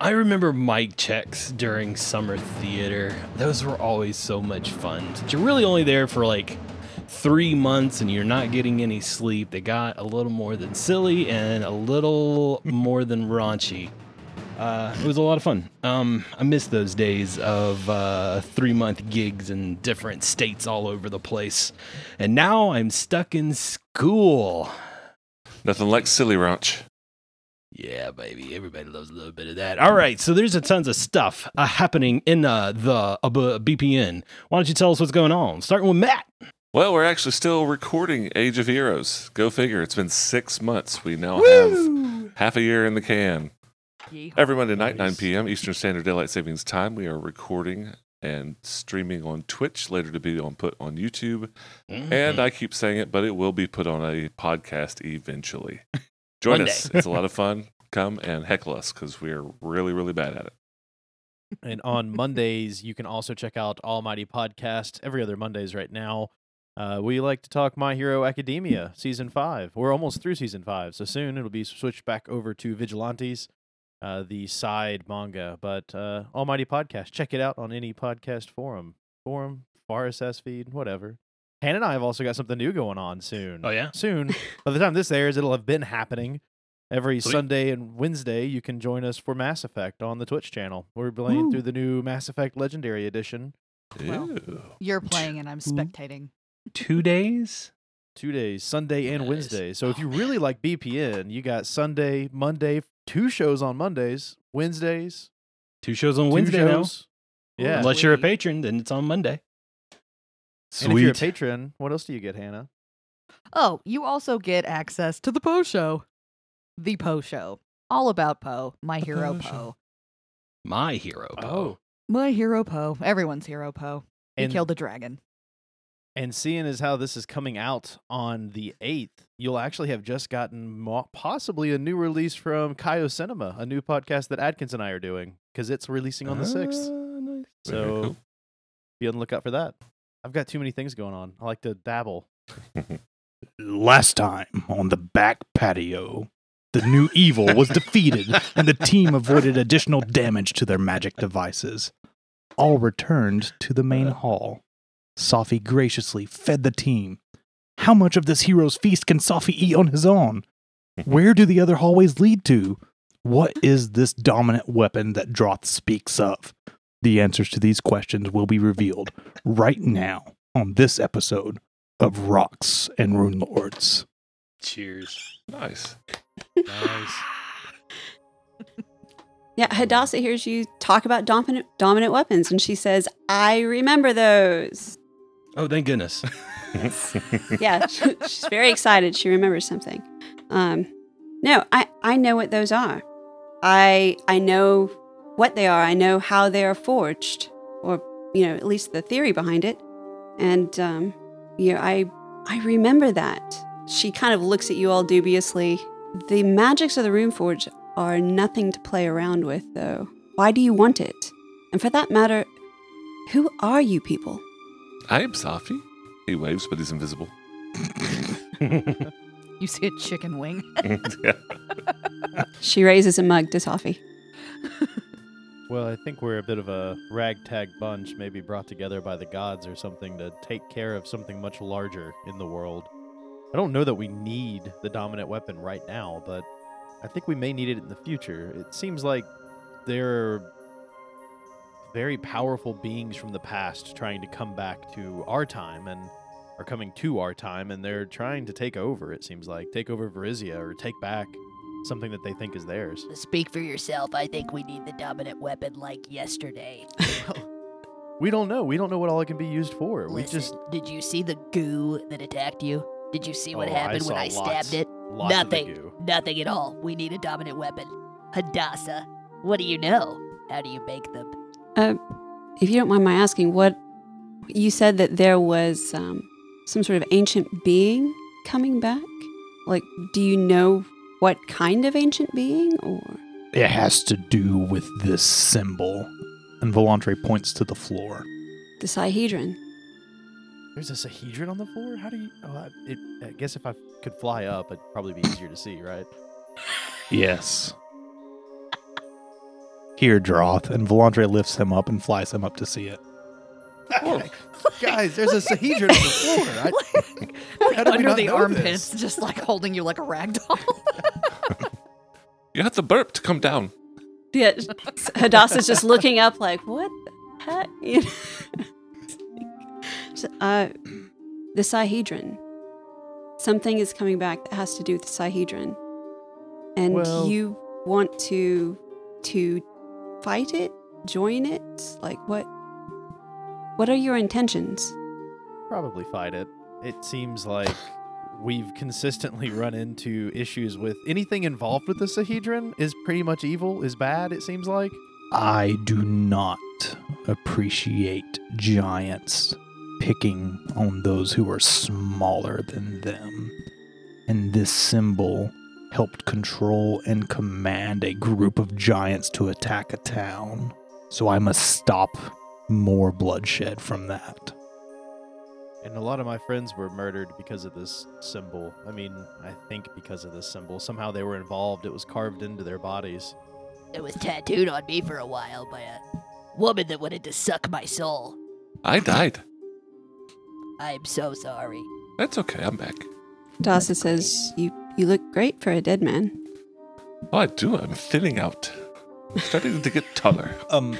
I remember mic checks during summer theater. Those were always so much fun. But You're really only there for like three months and you're not getting any sleep. They got a little more than silly and a little more than raunchy. Uh, it was a lot of fun. Um, I miss those days of uh, three month gigs in different states all over the place. And now I'm stuck in school. Nothing like Silly Ranch. Yeah, baby. Everybody loves a little bit of that. All right. So there's a tons of stuff uh, happening in uh, the uh, B- BPN. Why don't you tell us what's going on? Starting with Matt. Well, we're actually still recording Age of Heroes. Go figure. It's been six months. We Oh, now have half a year in the can. Every Monday night, 9 p.m. Eastern Standard Daylight Savings Time, we are recording and streaming on Twitch, later to be on put on YouTube. Mm-hmm. And I keep saying it, but it will be put on a podcast eventually. Join One day. us. It's a lot of fun. Come and heckle us because we're really, really bad at it. And on Mondays, you can also check out Almighty Podcast every other Mondays right now. Uh, we like to talk My Hero Academia season five. We're almost through season five, so soon it'll be switched back over to Vigilantes, uh, the side manga. But uh, Almighty Podcast, check it out on any podcast forum, forum, RSS feed, whatever. Hannah and I have also got something new going on soon. Oh, yeah? soon. By the time this airs, it'll have been happening. Every Sweet. Sunday and Wednesday, you can join us for Mass Effect on the Twitch channel. We're playing through the new Mass Effect Legendary Edition. Well. Ew. You're playing and I'm Hmm? spectating. Two days? Two days, Sunday and Nice. Wednesday. So if Oh, you really like BPN, you got Sunday, Monday, two shows on Mondays, Wednesdays, Two shows on two Wednesday now. shows. Yeah. Unless you're a Sweet. patron, then it's on Monday. And if you're a patron, what else do you get, Hannah? Oh, you also get access to the Poe Show. The Poe Show. All about Poe. My hero Poe Show. Poe. My hero. Oh, Poe. My hero Poe. Everyone's hero Poe. He And- killed a dragon. And seeing as how this is coming out on the 8th, you'll actually have just gotten mo- possibly a new release from Kaio Cinema, a new podcast that Adkins and I are doing because it's releasing on the 6th. Ah, nice. Very So cool. be on the lookout for that. I've got too many things going on. I like to dabble. Last time on the back patio, the new evil was defeated and the team avoided additional damage to their magic devices. All returned to the main hall. Safi graciously fed the team. How much of this hero's feast can Safi eat on his own? Where do the other hallways lead to? What is this dominant weapon that Droth speaks of? The answers to these questions will be revealed right now on this episode of rocks and rune lords. Cheers. Nice. Nice. Yeah, Hadassah hears you talk about dominant, dominant weapons, and she says, I remember those. Oh, thank goodness. yeah, she- she's very excited. She remembers something. Um, no, I, I know what those are. I I know what they are. I know how they are forged, or you know, at least the theory behind it. And um, you know, I I remember that. She kind of looks at you all dubiously. The magics of the room forge are nothing to play around with, though. Why do you want it? And for that matter, who are you people? I am Safi. He waves, but he's invisible. You see a chicken wing. yeah. She raises a mug to Toffee. Well, I think we're a bit of a ragtag bunch, maybe brought together by the gods or something to take care of something much larger in the world. I don't know that we need the dominant weapon right now, but I think we may need it in the future. It seems like there are very powerful beings from the past trying to come back to our time and are coming to our time, and they're trying to take over, it seems like. Take over Verizia or take back something that they think is theirs. Speak for yourself. I think we need the dominant weapon like yesterday. We don't know. We don't know what all it can be used for. we Listen, just did you see the goo that attacked you? Did you see what Oh, I happened saw when I lots- stabbed it? lots of the Nothing. goo. Nothing at all. We need a dominant weapon. Hadassah, what do you know? How do you make them? Uh, if you don't mind my asking, what you said that there was um, some sort of ancient being coming back. Like, do you know what kind of ancient being? Or It has to do with this symbol. And Volantre points to the floor. the Sihedron? There's a sahedron on the floor. How do you? Oh, I, it, I guess if I could fly up, it'd probably be easier to see, right? Yes. Here, Droth. And Volandre lifts him up and flies him up to see it. Guys, there's a sahedron on the floor. I, How did we under not the know armpits, this? just like holding you like a rag doll. You have to burp to come down. Yeah, Hadassah's just looking up like, what the heck? You know? So, uh, the Sahedron. Something is coming back that has to do with the Sahedron. And Well- you want to to fight it? Join it? Like what what are your intentions? Probably fight it. It seems like we've consistently run into issues with anything involved with the Sahedron is pretty much evil, is bad, it seems like. I do not appreciate giants picking on those who are smaller than them. And this symbol helped control and command a group of giants to attack a town. So I must stop more bloodshed from that. And a lot of my friends were murdered because of this symbol. I mean, I think because of this symbol. Somehow they were involved, it was carved into their bodies. It was tattooed on me for a while by a woman that wanted to suck my soul. I died. I'm so sorry. That's okay. I'm back. Hadassah says, You you look great for a dead man. Oh, I do. I'm thinning out. I'm starting to get taller. Um,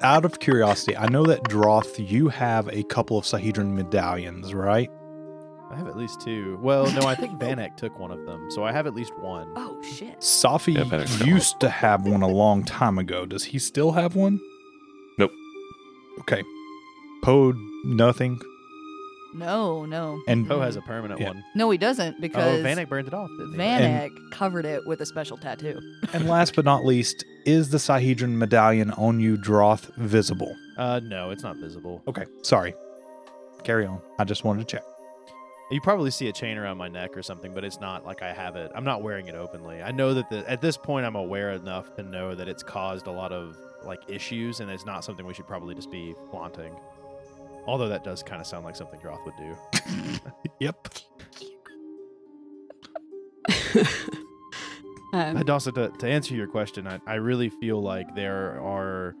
out of curiosity, I know that Droth, you have a couple of Sahedron medallions, right? I have at least two. Well, no, I think Vanek took one of them, so I have at least one. Oh shit. Safi Yeah, better stop. used to have one a long time ago. Does he still have one? Nope. Okay. Poe, nothing. no, no, And Poe has a permanent Yeah. one. no, he doesn't because oh, Vanek burned it off, didn't he? Vanek covered it with a special tattoo. and last but not least, is the Sahedron medallion on you, Droth, visible? Uh, no, it's not visible. Oh, Okay, sorry. Carry on. I just wanted to check. You probably see a chain around my neck or something, but it's not like I have it. I'm not wearing it openly. I know that the, at this point I'm aware enough to know that it's caused a lot of like issues, and it's not something we should probably just be flaunting. Although that does kind of sound like something Droth would do. Yep. Um, And also to, to answer your question, I, I really feel like there are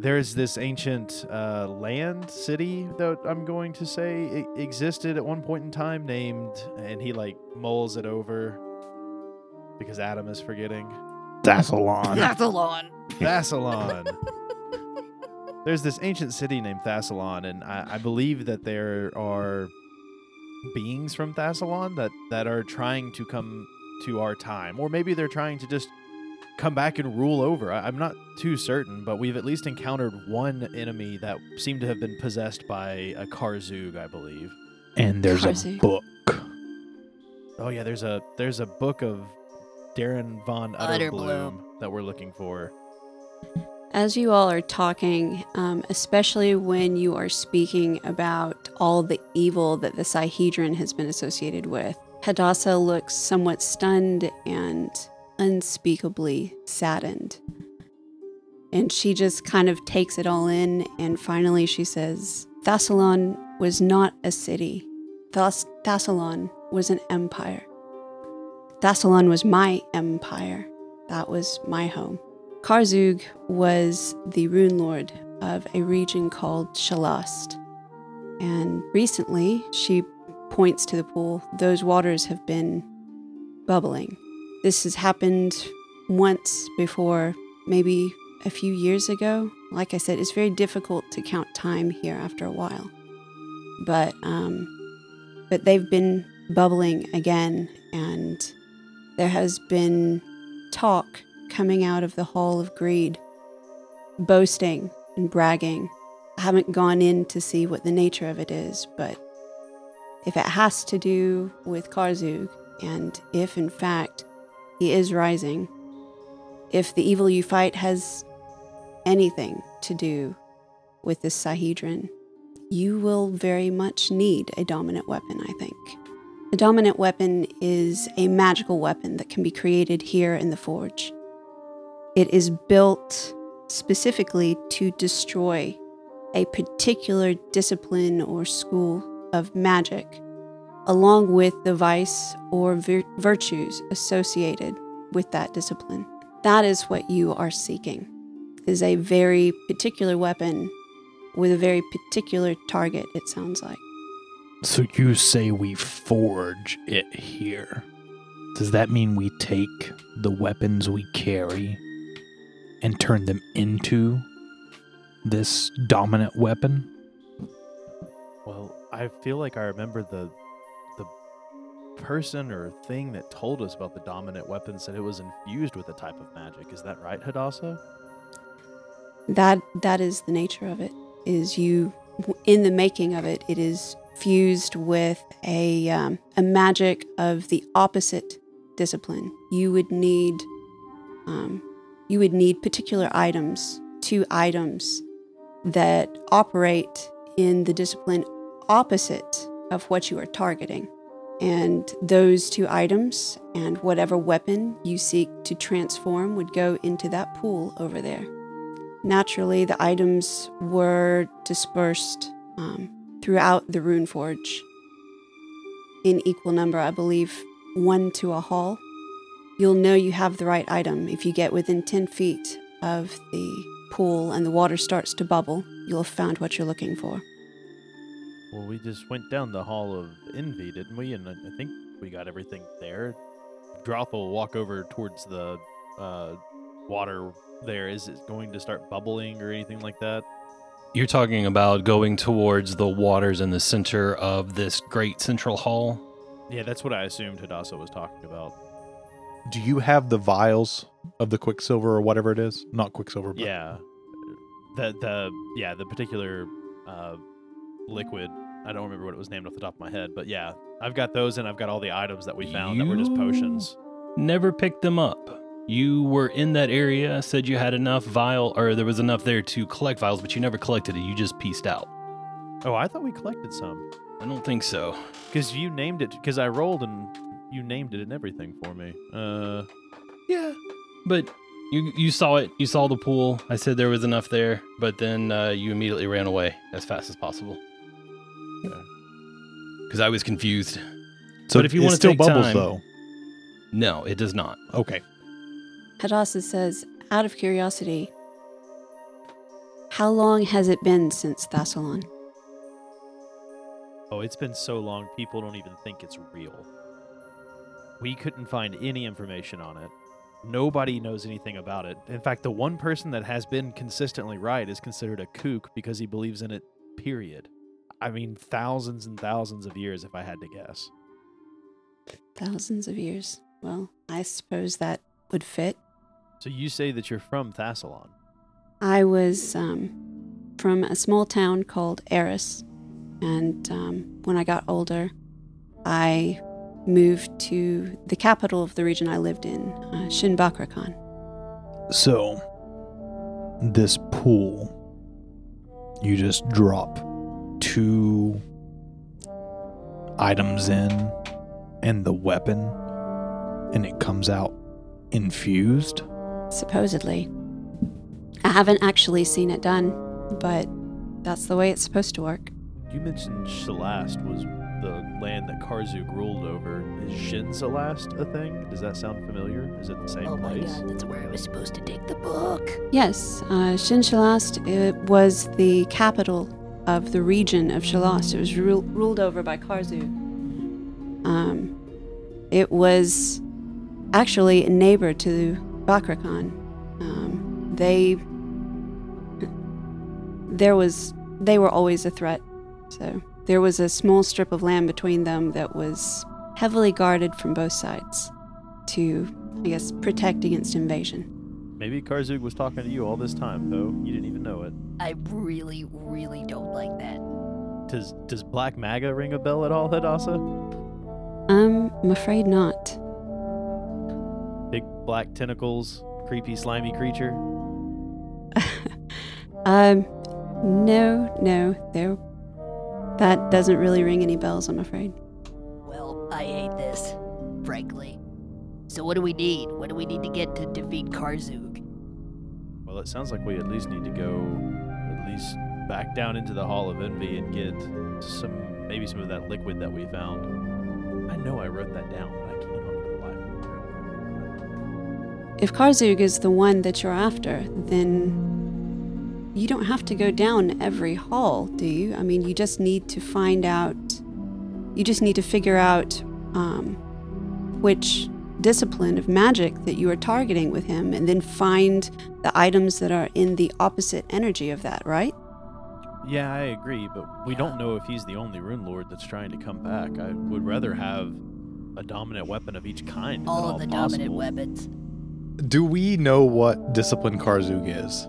there's this ancient uh, land city that I'm going to say e- existed at one point in time named, and he like mulls it over because Adam is forgetting. Dassalon. Athlon. Thassalon. There's this ancient city named Thassalon, and I, I believe that there are beings from Thassalon that, that are trying to come to our time, or maybe they're trying to just come back and rule over. I, I'm not too certain, but we've at least encountered one enemy that seemed to have been possessed by a Karzug, I believe. and there's a Darcy. book. Oh yeah, there's a there's a book of Darren von Utterbloom. Utterbloom that we're looking for. As you all are talking, um, especially when you are speaking about all the evil that the Sihedron has been associated with, Hadassah looks somewhat stunned and unspeakably saddened. And she just kind of takes it all in, and finally she says, Thassalon was not a city. Thas- Thassalon was an empire. Thassalon was my empire. That was my home. Karzug was the rune lord of a region called Shalast. And recently, she points to the pool, those waters have been bubbling. This has happened once before, maybe a few years ago. Like I said, it's very difficult to count time here after a while. But um, but they've been bubbling again, and there has been talk coming out of the hall of greed, boasting and bragging. I haven't gone in to see what the nature of it is, but if it has to do with Karzug, and if in fact he is rising, if the evil you fight has anything to do with this Sahedron, you will very much need a dominant weapon, I think. A dominant weapon is a magical weapon that can be created here in the forge. It is built specifically to destroy a particular discipline or school of magic, along with the vice or vir- virtues associated with that discipline. That is what you are seeking. is a very particular weapon with a very particular target, it sounds like. So you say we forge it here. Does that mean we take the weapons we carry and turn them into this dominant weapon? Well, I feel like I remember the the person or thing that told us about the dominant weapon said it was infused with a type of magic. Is that right, Hadassah? That that is the nature of it. Is you in the making of it, it is fused with a um, a magic of the opposite discipline. You would need um, you would need particular items, two items that operate in the discipline opposite of what you are targeting. And those two items and whatever weapon you seek to transform would go into that pool over there. Naturally, the items were dispersed um, throughout the Rune Forge in equal number, I believe, one to a hall. You'll know you have the right item if you get within 10 feet of the pool and the water starts to bubble. You'll have found what you're looking for. Well, we just went down the hall of envy, didn't we? And I I think we got everything there. Droth will walk over towards the uh, water. There is it going to start bubbling or anything like that? You're talking about going towards the waters in the center of this great central hall. Yeah, that's what I assumed Hadassah was talking about. Do you have the vials of the quicksilver or whatever it is? Not quicksilver, but Yeah, the the yeah the particular uh, liquid. I don't remember what it was named off the top of my head, but yeah, I've got those, and I've got all the items that we found that were just You- potions. Never picked them up. You were in that area, said you had enough vial, or there was enough there to collect vials, but you never collected it. You just pieced out. Oh, I thought we collected some I don't think so. because you named it because I rolled and you named it and everything for me. Uh, Yeah, but you you saw it. You saw the pool. I said there was enough there, but then uh, you immediately ran away as fast as possible. Because I was confused. So But if you it wanna still take bubbles time- though. No, it does not. Okay. Hadassah says, out of curiosity, how long has it been since Thassalon? Oh, it's been so long, people don't even think it's real. We couldn't find any information on it. Nobody knows anything about it. In fact, the one person that has been consistently right is considered a kook because he believes in it, period. I mean, thousands and thousands of years, if I had to guess. Thousands of years. Well, I suppose that would fit. So you say that you're from Thassalon. I was um, from a small town called Eris, and um, when I got older, I moved to the capital of the region I lived in, uh, Shin Bakrakan. So this pool you just drop two items in and the weapon and it comes out infused. Supposedly. I haven't actually seen it done, but that's the way it's supposed to work. You mentioned Shalast was the land that Karzuk ruled over. Is Shin Shalast a thing? Does that sound familiar? Is it the same Oh my place? god, that's where I was supposed to take the book. Yes, uh, Shin Shalast it was the capital of the region of Shalast. It was ru- ruled over by Karzu. Um, it was actually a neighbor to Bakrakan. Um, they there was they were always a threat. So there was a small strip of land between them that was heavily guarded from both sides to, I guess, protect against invasion. Maybe Karzuk was talking to you all this time, though. You didn't even know it. I really, really don't like that. Does does Black Maga ring a bell at all, Hadassah? Um, I'm afraid not. Big black tentacles, creepy slimy creature. Um, no, no, there. That doesn't really ring any bells, I'm afraid. Well, I hate this, frankly. So what do we need? What do we need to get to defeat Karzug? Well, it sounds like we at least need to go at least back down into the Hall of Envy and get some maybe some of that liquid that we found. I know I wrote that down, but I can't remember the life. If Karzug is the one that you're after, then you don't have to go down every hall, do you? I mean, you just need to find out, you just need to figure out um, which discipline of magic that you are targeting with him, and then find the items that are in the opposite energy of that, right? Yeah, I agree, but we don't know if he's the only rune lord that's trying to come back. I would rather have a dominant weapon of each kind. if at All of the dominant Oh, possible. weapons. Do we know what discipline Karzug is?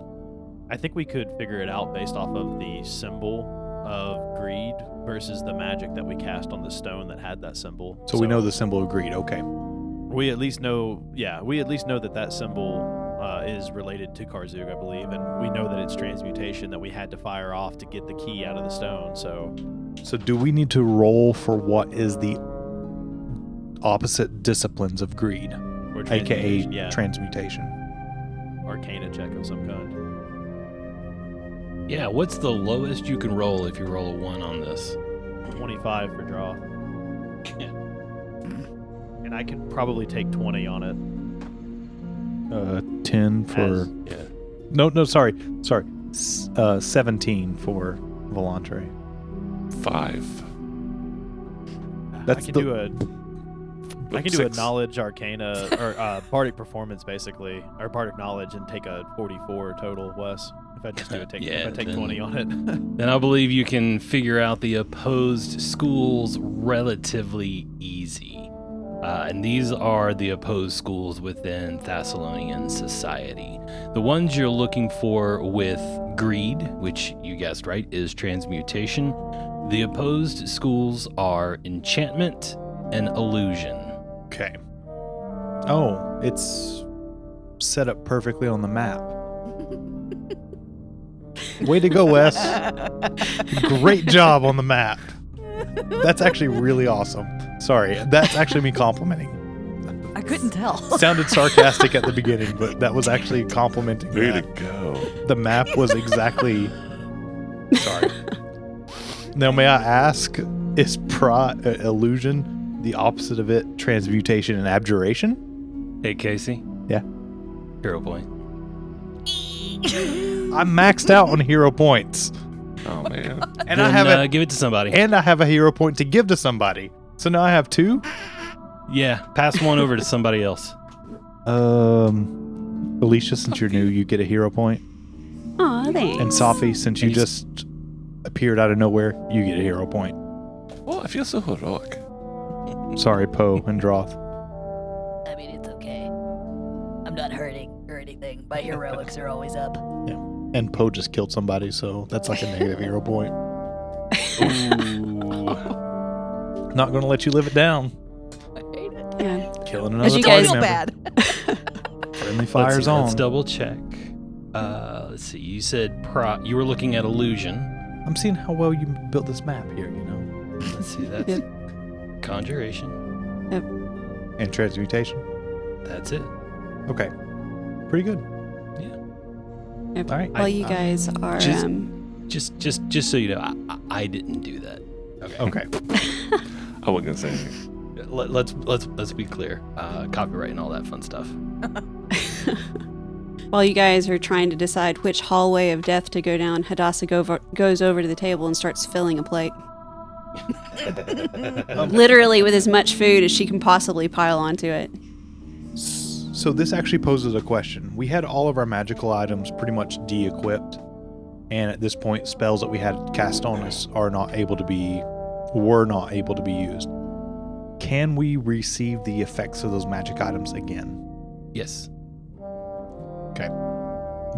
I think we could figure it out based off of the symbol of greed versus the magic that we cast on the stone that had that symbol. So, we know the symbol of greed. Okay. We at least know, yeah, we at least know that that symbol uh, is related to Karzug, I believe, and we know that it's transmutation that we had to fire off to get the key out of the stone. So So do we need to roll for what is the opposite disciplines of greed, we're aka transmutation- yeah, transmutation? arcana check of some kind. Yeah, what's the lowest you can roll if you roll a one on this? Twenty-five for draw. And I could probably take twenty on it. Uh, ten for as- yeah. no, no, sorry, sorry, S- uh, seventeen for Volantre. Five. That's I can the- do a I can do Six. a knowledge arcana or uh, bardic performance basically, or bardic knowledge, and take a forty-four total, Wes. If I just do a take, if Yeah, I take then- twenty on it, Then I believe you can figure out the opposed schools relatively easy. Uh, and these are the opposed schools within Thessalonian society. The ones you're looking for with greed, which you guessed right, is transmutation. The opposed schools are enchantment and illusion. Okay. Oh, it's set up perfectly on the map. Way to go, Wes! Great job on the map. That's actually really awesome. Sorry, that's actually me complimenting. I couldn't tell. sounded sarcastic at the beginning, but that was actually complimenting. Way that. to go. The map was exactly. Sorry. Now, may I ask, is pra uh, illusion the opposite of it transmutation and abjuration? Hey, Casey? Yeah. Hero point. I'm maxed out on hero points, Oh, man. and I Then, have uh, a, give it to somebody. and I have a hero point to give to somebody. So now I have two. yeah, pass one over to somebody else. Um, Alicia, since you're new, you get a hero point, Aw, thanks. and Safi, since you Thanks. just appeared out of nowhere, you get a hero point. Oh, I feel so heroic. Sorry, Poe and Droth. I mean, it's okay. I'm not hurting or anything. My heroics are always up. And Poe just killed somebody, so that's like a negative hero point. Not gonna let you live it down. Yeah. Killing As another you party guys- member. bad. Friendly Let's see, fires Let's on. double check. Uh, let's see. You said pro. You were looking at illusion. I'm seeing how well you built this map here, you know. Let's see. That's conjuration. And transmutation. That's it. Okay. Pretty good. All right. While you guys are, Just- um, Just, just, just so you know, I, I- I didn't do that. Okay. I wasn't going to say anything. Let, let's let's let's be clear. Uh, copyright and all that fun stuff. while you guys are trying to decide which hallway of death to go down, Hadassah go- goes over to the table and starts filling a plate. Literally with as much food as she can possibly pile onto it. S- So this actually poses a question. We had all of our magical items pretty much de-equipped, and at this point, spells that we had cast on us are not able to be, were not able to be used. Can we receive the effects of those magic items again? Yes.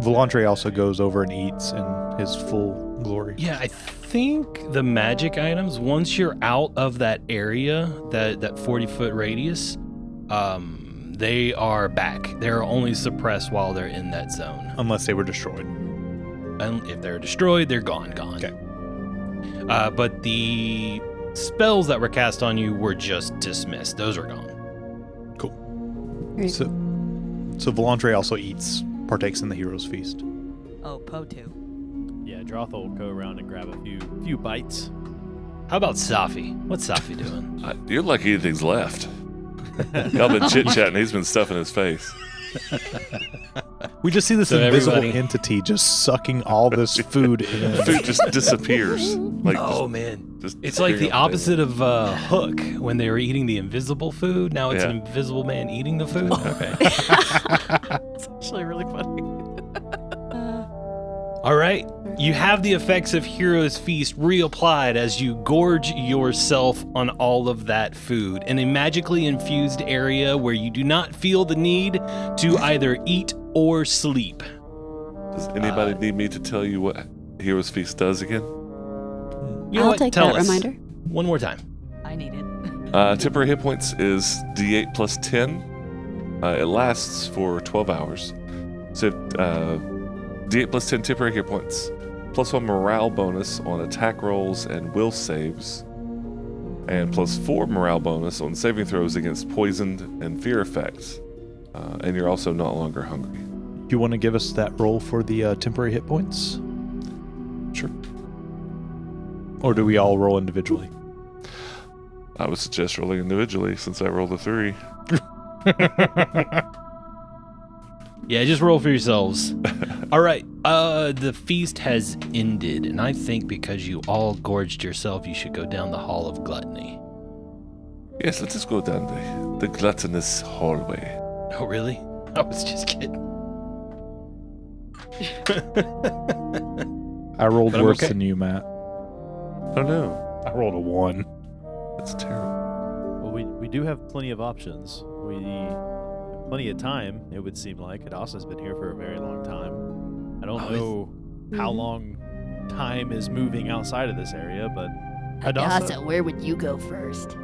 Volantre also goes over and eats in his full glory. Yeah, I think the magic items. Once you're out of that area, that that forty foot radius, um, they are back. They're only suppressed while they're in that zone. Unless they were destroyed. And if they're destroyed, they're gone, gone. Okay. Uh, but the spells that were cast on you were just dismissed. Those are gone. Right. So, so Volantre also eats, partakes in the hero's feast. Oh, Poe too. yeah, Droth will go around and grab a few few bites. How about Safi? What's Safi doing? I, you're lucky anything's left. Y'all been chit chatting. He's been stuffing his face. We just see this So invisible everybody- entity just sucking all this food in. Food just disappears. Like oh man, just, just it's like the disappearing off opposite of uh, Hook when they were eating the invisible food. Now it's an Yeah. invisible man eating the food. Okay. It's actually really funny. All right. You have the effects of Hero's Feast reapplied as you gorge yourself on all of that food in a magically infused area where you do not feel the need to either eat or sleep. the table. Does Uh, anybody need me to tell you what Heroes Feast does again? You know I'll what? take Tell that us. reminder. One more time. I need it. Uh, temporary hit points is D8 plus 10. Uh, it lasts for 12 hours. So uh, D8 plus 10 temporary hit points, plus one morale bonus on attack rolls and will saves, and plus four morale bonus on saving throws against poisoned and fear effects. Uh, and you're also no longer hungry. You want to give us that roll for the uh, temporary hit points? Sure. Or do we all roll individually? I would suggest rolling individually since I rolled a three. Yeah, just roll for yourselves. all right. Uh the feast has ended, and I think because you all gorged yourself, you should go down the hall of gluttony. Yes, let us go down the, the gluttonous hallway. Oh, really? I was just kidding. I rolled But I'm worse okay. than you, Matt. Oh no, I rolled a one. that's terrible. Well, we, we do have plenty of options. We have plenty of time, it would seem like. Hadassah's been here for a very long time. I don't Oh, Mm-hmm. it's- know how long time is moving outside of this area, but Hadassah? Hadassah, where would you go first?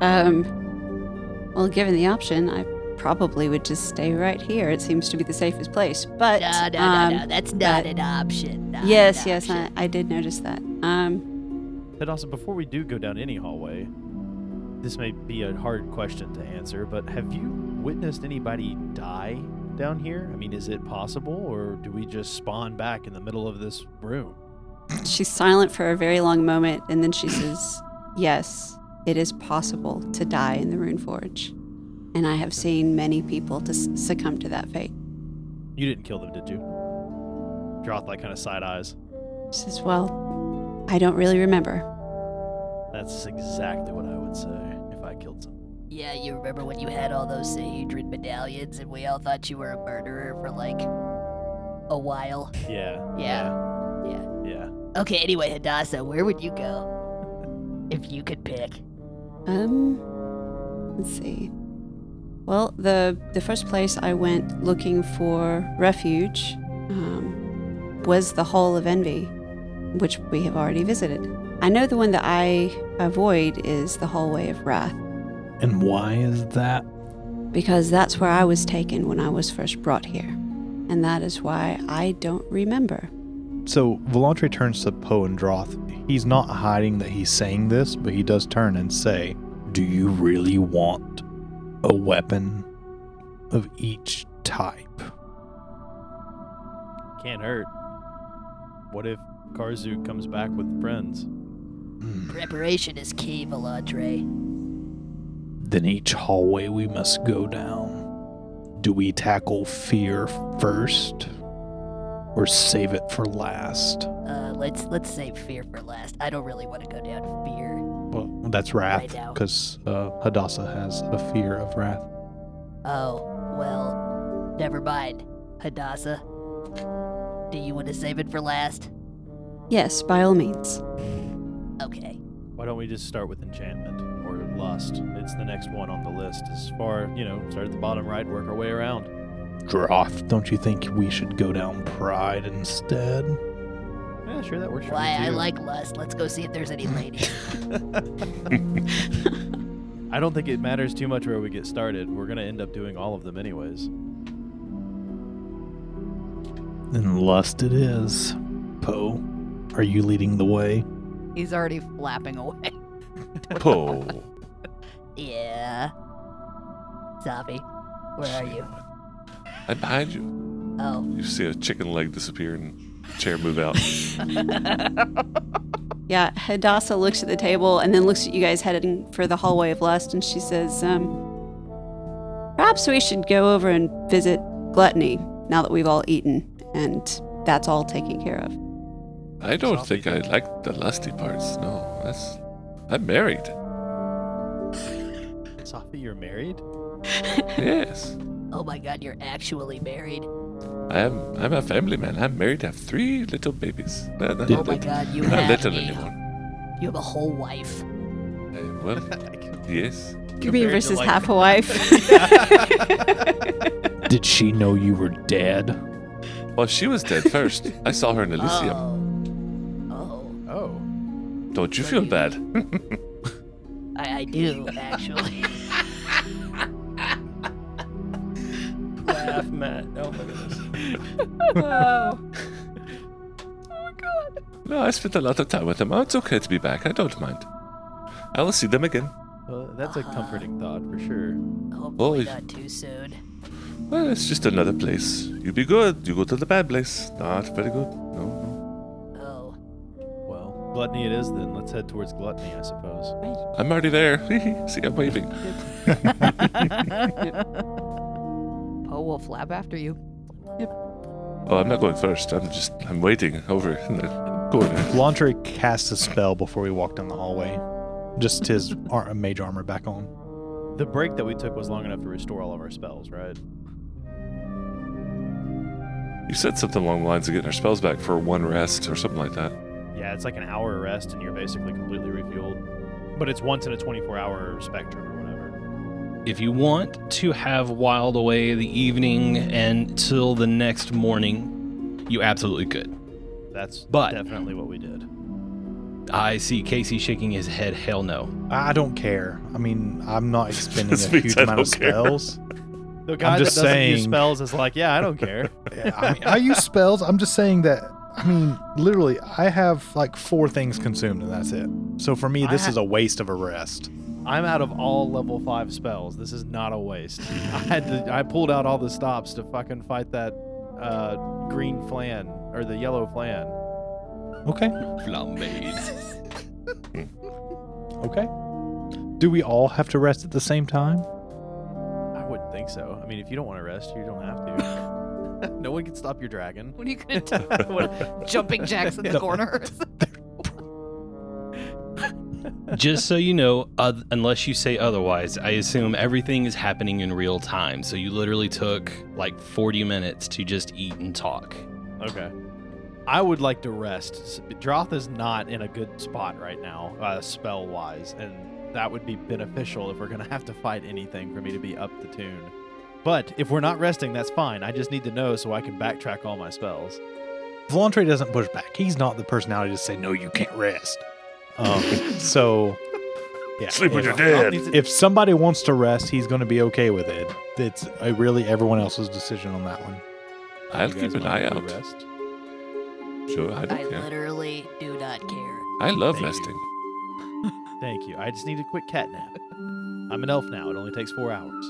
Um, well, given the option, I probably would just stay right here. It seems to be the safest place. But No, no, um, no, no. That's not but- an option. Not yes, an yes, I, option. I did notice that. Um, Hadassah, before we do go down any hallway, this may be a hard question to answer, but have you witnessed anybody die down here? I mean, is it possible, or do we just spawn back in the middle of this room? she's silent for a very long moment, and then she says, "Yes, it is possible to die in the Rune Forge, and I have seen many people to s- succumb to that fate." You didn't kill them, did you? Droth like kind of side eyes. She says, "Well, I don't really remember." That's exactly what I would say if I killed someone. Yeah, you remember when you had all those Sahedron medallions and we all thought you were a murderer for like a while? Yeah. Yeah. Yeah. Yeah. Okay, anyway, Hadassah, where would you go if you could pick? Um, let's see. Well, the the first place I went looking for refuge um, was the Hall of Envy, which we have already visited. I know the one that I avoid is the Hallway of Wrath And why is that? because that's where I was taken when I was first brought here, and that is why I don't remember. So Volantre turns to Poe and Droth. He's not hiding that he's saying this, but he does turn and say, Do you really want a weapon of each type? Can't hurt. What if Karzu comes back with friends? Hmm. Preparation is key, Volantre. Then each hallway we must go down. Do we tackle fear first or save it for last? Uh, let's let's save fear for last. I don't really want to go down fear. Well, that's Right wrath now. because uh, Hadassah has a fear of wrath. Oh, well, never mind. Hadassah, do you want to save it for last? Yes, by all means. Okay. Why don't we just start with enchantment or lust? It's the next one on the list. As far you know, start at the bottom right, work our way around. Droth, don't you think we should go down pride instead? Yeah, sure, that works. for me, Why I too. like lust. Let's go see if there's any ladies. I don't think it matters too much where we get started. We're gonna end up doing all of them anyways. Then lust it is. Poe, are you leading the way? He's already flapping away. Poe. yeah. Zavi, where are you? I'm behind you. Oh, You see a chicken leg disappear and chair move out. Yeah, Hadassah looks at the table and then looks at you guys heading for the hallway of lust, and she says, um, Perhaps we should go over and visit Gluttony now that we've all eaten and that's all taken care of. I don't think I like the lusty parts. No, that's. I'm married. Safi, you're married? Yes, Oh my god, you're actually married. I am. I'm a family man. I'm married. I have three little babies. Not, not Oh my little- god, you not have little me. anymore. You have a whole wife. Uh, well, yes. You mean Compared to, versus like- half a wife? Did she know you were dead? Well, she was dead first. I saw her in Elysium. Oh. Oh. Oh. Don't you feel bad? I, I do, actually. Laugh, Matt. Oh my goodness. No, I spent a lot of time with them. Oh, it's okay to be back. I don't mind. I will see them again. Well, that's a comforting thought for sure. Hopefully if- not too soon. Well, it's just another place. You be good. You go to the bad place. Not very good. No, no. Oh. Well, gluttony it is then. Let's head towards gluttony, I suppose. I'm already there. see, I'm waving. Poe will flap after you. Oh, I'm not going first. I'm just, I'm waiting over in the corner. Laundry cast a spell before we walked down the hallway. Just his ar- mage armor back on. The break that we took was long enough to restore all of our spells, right? You said something along the lines of getting our spells back for one rest or something like that. Yeah, it's like an hour rest and you're basically completely refueled. But it's once in a 24 hour spectrum or whatever. If you want to have Wild away the evening and till the next morning, you absolutely could. That's But- definitely what we did. I see Casey shaking his head. Hell no. I don't care. I mean, I'm not expending This a means huge I amount of don't care. spells. The guy just that doesn't use saying- spells is like, yeah, I don't care. Yeah, I mean, I use spells. I'm just saying that. I mean, literally, I have like four things consumed, and that's it. So for me, I this ha- is a waste of a rest. I'm out of all level five spells. This is not a waste. I had to, I pulled out all the stops to fucking fight that uh, green flan or the yellow flan. Okay. Flambéed. Okay. Do we all have to rest at the same time? I wouldn't think so. I mean, if you don't want to rest, you don't have to. no one can stop your dragon. What are you gonna do? What- jumping jacks in the corner? Just so you know, oth- unless you say otherwise, I assume everything is happening in real time. So you literally took like 40 minutes to just eat and talk. Okay. I would like to rest. S- Droth is not in a good spot right now, uh, spell wise, and that would be beneficial if we're going to have to fight anything for me to be up to tune. But if we're not resting, that's fine. I just need to know so I can backtrack all my spells. Volantre doesn't push back. He's not the personality to say no, you can't rest. Um, so, yeah. Sleep when if, you're dead. These- if somebody wants to rest, he's going to be okay with it. It's uh, really everyone else's decision on that one. I'll You keep guys an want eye to out. rest? Sure, I I don't care. literally do not care. I love Thank you. resting. Thank you. I just need a quick cat nap. I'm an elf now. It only takes four hours.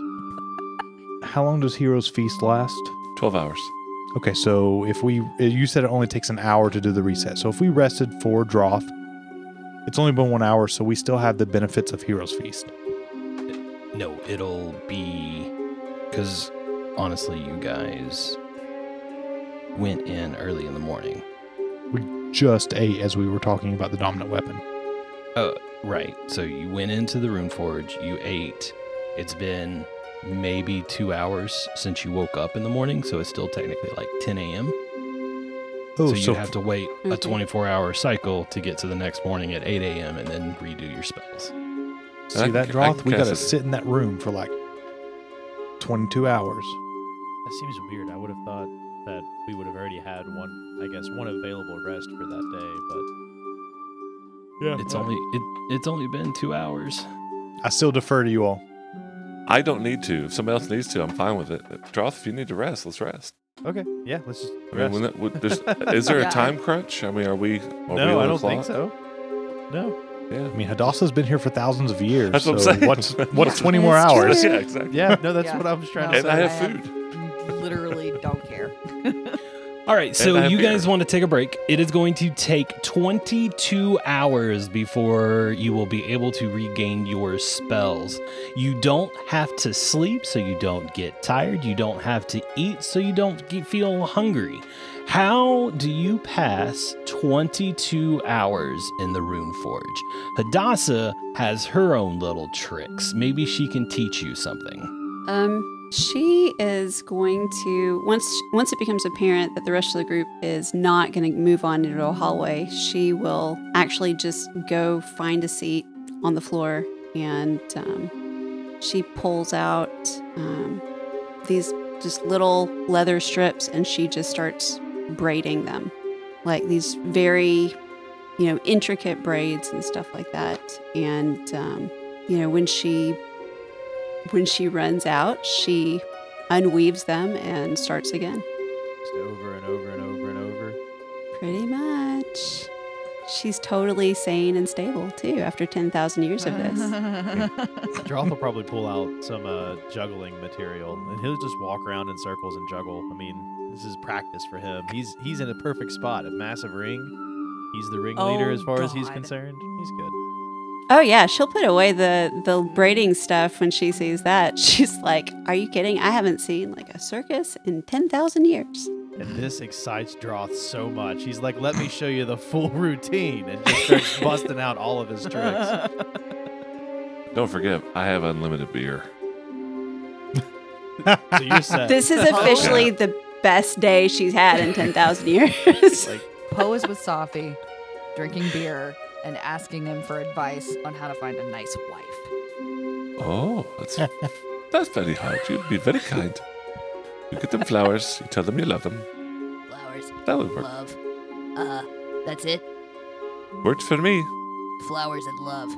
How long does Hero's Feast last? 12 hours. Okay, so if we, uh, you said it only takes an hour to do the reset. So if we rested for Droth, it's only been one hour, so we still have the benefits of Hero's Feast. No, it'll be. Because honestly, you guys went in early in the morning. Just eight, as we were talking about the dominant weapon. Oh, Right. So you went into the rune forge, you ate. It's been maybe two hours since you woke up in the morning, so it's still technically like 10 a.m. Oh, so you have to wait a Okay. 24 hour cycle to get to the next morning at 8 a.m. and then redo your spells. See I that, c- I Droth? We guess gotta it- sit in that room for like 22 hours. That seems weird. I would have thought that we would have already had one, I guess, one available rest for that day, but. Oh, Yeah. It's only it, it's only been two hours. I still defer to you all. I don't need to. If somebody else needs to, I'm fine with it. Droth, if you need to rest, let's rest. Okay. Yeah, let's just. I mean, Rest. when that, would, there's, is there Yeah. a time crunch? I mean, are we? Are we no, on I the don't clock? think so. No. Yeah. I mean, Hadassah's been here for thousands of years. That's so what I'm saying. What's, what's 20 more That's hours? Yeah, exactly. Yeah, no, that's Yeah. what I was trying No. And to So say. I I have have- food. Literally don't care. All right, so I have you guys beer. want to take a break. It is going to take 22 hours before you will be able to regain your spells. You don't have to sleep, so you don't get tired. You don't have to eat, so you don't get, feel hungry. How do you pass 22 hours in the Rune Forge? Hadassah has her own little tricks. Maybe she can teach you something. Um, she is going to once once it becomes apparent that the rest of the group is not going to move on into a hallway. She will actually just go find a seat on the floor, and um, she pulls out um, these just little leather strips, and she just starts braiding them, like these very, you know, intricate braids and stuff like that. And um, you know, when she when she runs out, she unweaves them and starts again. Just over and over and over and over. Pretty much. She's totally sane and stable too after 10,000 years of this. Droth will probably pull out some uh, juggling material, and he'll just walk around in circles and juggle. I mean, this is practice for him. He's he's in a perfect spot, a massive ring. He's the ringleader as Oh, far as he's God. concerned. He's good. Oh yeah, she'll put away the the braiding stuff when she sees that. She's like, "Are you kidding? I haven't seen like a circus in 10,000 years." And this excites Droth so much. He's like, "Let me show you the full routine," and just starts busting out all of his tricks. Don't forget, I have unlimited beer. So you're set. This is officially the best day she's had in 10,000 years. like, Poe is with Safi, drinking beer and asking him for advice on how to find a nice wife. Oh, that's that's very hard. You'd be very kind. You get them flowers. You tell them you love them. Flowers, That would work. love. Uh, that's it. Worked for me. Flowers and love.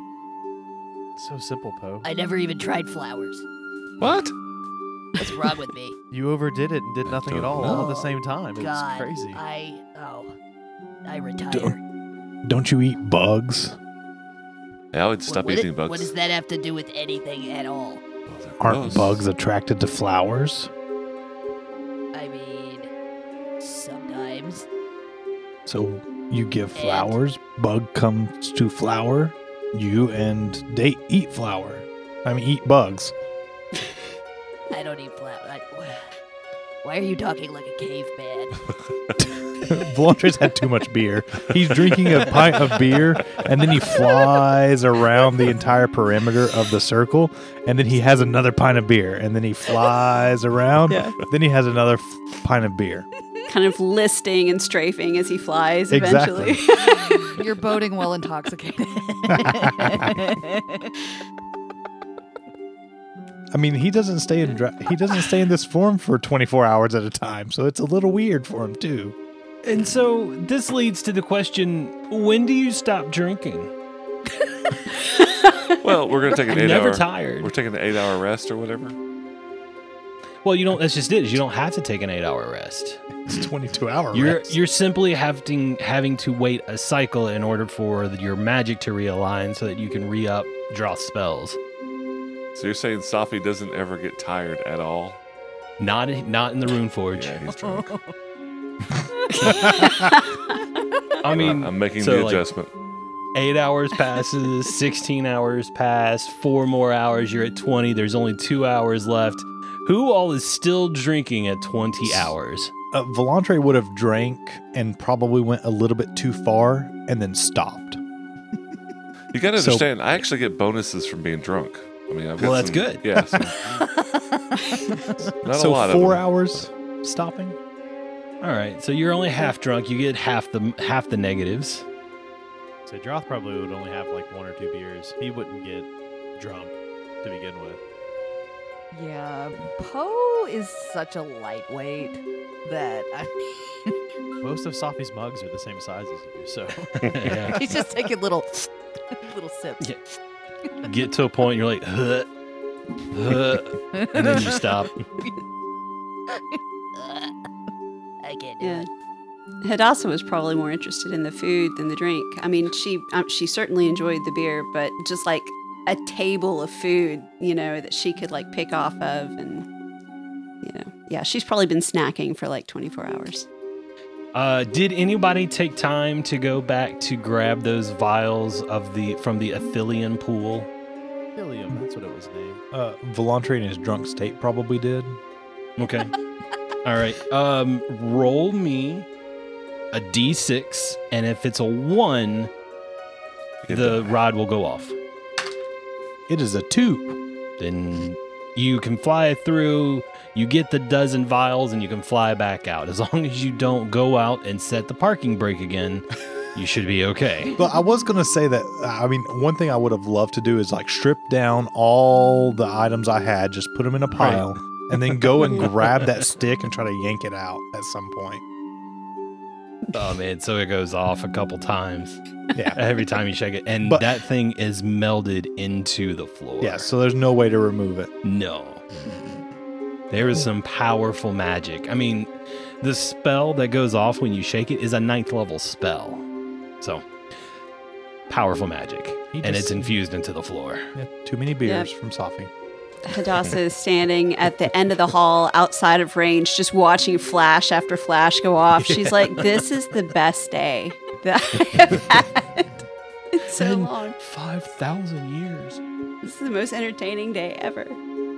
so simple, Poe. I never even tried flowers. What? What's wrong with me? You overdid it and did I nothing at don't all all at the know. same time. God, It's crazy. I oh, I retire. Don't you eat bugs? I always What- stop what eating it- bugs. What does that have to do with anything at all? Well, they're Aren't gross. bugs attracted to flowers? I mean, sometimes So you give flowers, bug comes to flower, you and they eat flower. I mean, eat bugs. I don't eat flowers. I, why are you talking like a caveman? Volunteers had too much beer. He's drinking a pint of beer, and then he flies around the entire perimeter of the circle, and then he has another pint of beer, and then he flies around, then he has another f- pint of beer. kind of listing and strafing as he flies Exactly. eventually. You're boating well intoxicated. I mean, he doesn't stay in dra- he doesn't stay in this form for 24 hours at a time, so it's a little weird for him too. And so this leads to the question when do you stop drinking? Well, we're gonna take an I'm eight never hour. tired. We're taking an eight hour rest or whatever. Well, you don't. That's just it. Is you don't have to take an eight-hour rest. It's 22 hour You're rest. you're simply having having to wait a cycle in order for the- your magic to realign, so that you can re-up draw spells. So you're saying Safi doesn't ever get tired at all? Not not in the Rune Forge. Yeah, he's drunk. I mean, I'm making so, the like, adjustment. eight hours passes, sixteen hours pass, four more hours. You're at twenty. There's only two hours left. Who all is still drinking at twenty hours? uh, Volantre would have drank and probably went a little bit too far and then stopped. You gotta So- understand. I actually get bonuses from being drunk. I mean, I've got Well, that's some- good. Yeah. so- not so a lot four of them. hours stopping. All right, so you're only half drunk. You get half the half the negatives. So Droth probably would only have like one or two beers. He wouldn't get drunk to begin with. yeah, Poe is such a lightweight that I Most of Safi's mugs are the same size as you, so Yeah. he's just taking little little sips. get to a point you're like, huh, huh, and then you stop. Ugh. I can't do Yeah. it. Hadassah was probably more interested in the food than the drink. I mean, she um, she certainly enjoyed the beer, but just like a table of food, you know, that she could like pick off of, and you know, yeah, she's probably been snacking for like 24 hours. Uh, did anybody take time to go back to grab those vials of the from the Athelian pool? Helium, that's what it was named. Uh, Volantre in his drunk state probably did. Okay. All right. Um, roll me a d6, and if it's a one, Get the rod will go off. It is a two. Then you can fly through. You get the dozen vials, and you can fly back out. As long as you don't go out and set the parking brake again, you should be okay. But I was gonna say that. I mean, one thing I would have loved to do is like strip down all the items I had, just put them in a pile, and then go and grab that stick and try to yank it out at some point. Oh man! So it goes off a couple times. Yeah, Every time you shake it, and But- that thing is melded into the floor. yeah. So there's no way to remove it. No. There is some powerful magic. I mean, the spell that goes off when you shake it is a ninth level spell. So, powerful magic. He and just- it's infused into the floor. Yeah, too many beers from Sophie. Hadassah is standing at the end of the hall outside of range, just watching flash after flash go off. She's like, This is the best day that I have had in so long. 5,000 years. This is the most entertaining day ever.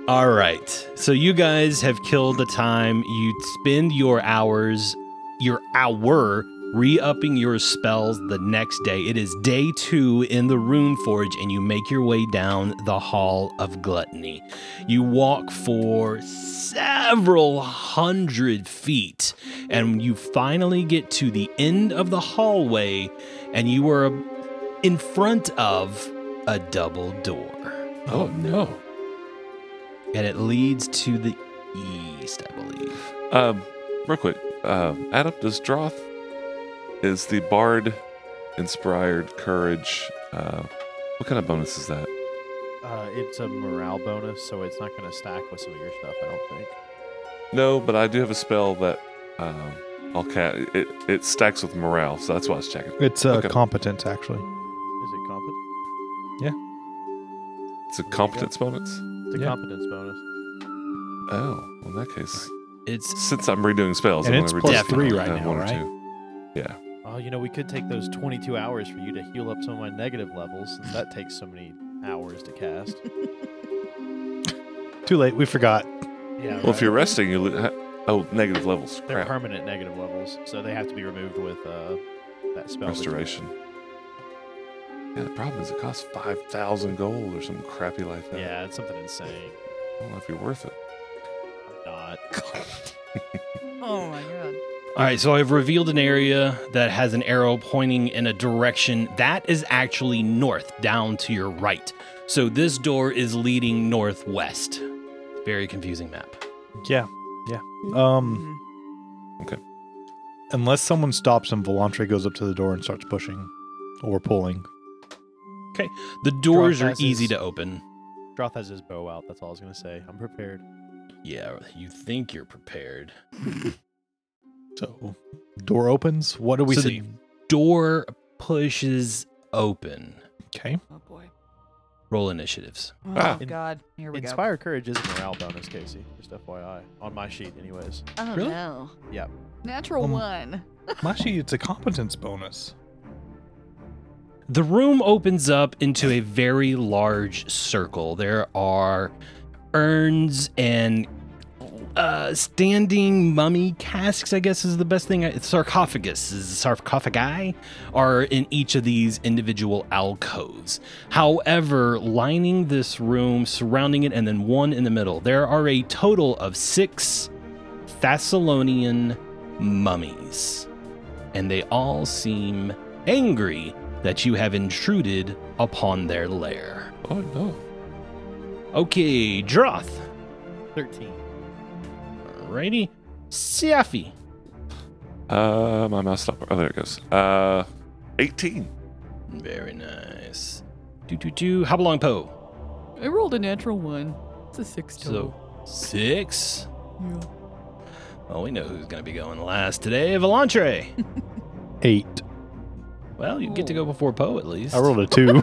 All right. So, you guys have killed the time. You spend your hours, your hour, re upping your spells the next day. It is day two in the Rune Forge, and you make your way down the Hall of Gluttony. You walk for several hundred feet, and you finally get to the end of the hallway, and you are in front of a double door. Oh, no. And it leads to the east, I believe. Um, real quick, uh, Adam, does Droth is the bard inspired courage? Uh, what kind of bonus is that? Uh, it's a morale bonus, so it's not going to stack with some of your stuff, I don't think. No, but I do have a spell that um, I'll ca It, it stacks with morale, so that's why I was checking. It's uh, Okay. competence actually. Is it competent? It's a competence bonus. It's a Yeah. competence bonus. Oh, well, in that case, It's since I'm redoing spells, And I'm it's gonna plus reduce the three amount, right uh, now, one or right? two. Oh, you know, we could take those 22 hours for you to heal up some of my negative levels, since that takes so many hours to cast. Too late. We forgot. Yeah. Well, if you're resting, you lo- ha- oh negative levels. They're Crap. permanent negative levels, so they have to be removed with uh, that spell. that you- Restoration. Yeah, the problem is it costs five thousand gold or some crappy like that. Yeah, it's something insane. I don't know if you're worth it. I'm not. Oh my god. All right, so I've revealed an area that has an arrow pointing in a direction that is actually north, down to your right. So this door is leading northwest. Very confusing map. Yeah, yeah. Um. Okay. Unless someone stops and Volantre goes up to the door and starts pushing or pulling. The doors are passes. easy to open. Droth has his bow out. That's all I was going to say. I'm prepared. Yeah, you think you're prepared. So, door opens. What do we So see? the door pushes open. okay. Oh boy. Roll initiatives. Oh Ah. god. Here we Inspire courage is a morale bonus, Casey. Just FYI, on my sheet, anyways. go. Oh Really? no. Yep. Natural Um, one. Mashi, it's a competence bonus. The room opens up into a very large circle. There are urns and uh, standing mummy casks, I guess is the best thing. Sarcophagus is sarcophagi are in each of these individual alcoves. However, lining this room, surrounding it, and then one in the middle, there are a total of six Thessalonian mummies. And they all seem angry that you have intruded upon their lair. Oh no. Okay, Droth. 13. Alrighty. Siafi. Uh, my mouse stopped. Oh, there it goes. Uh, 18. Very nice. Do do do. Hopalong Po. I rolled a natural one. It's a six So six. Well, we know who's gonna be going last today. Volantre. Eight. well, you get to go before Poe at least. I rolled a two.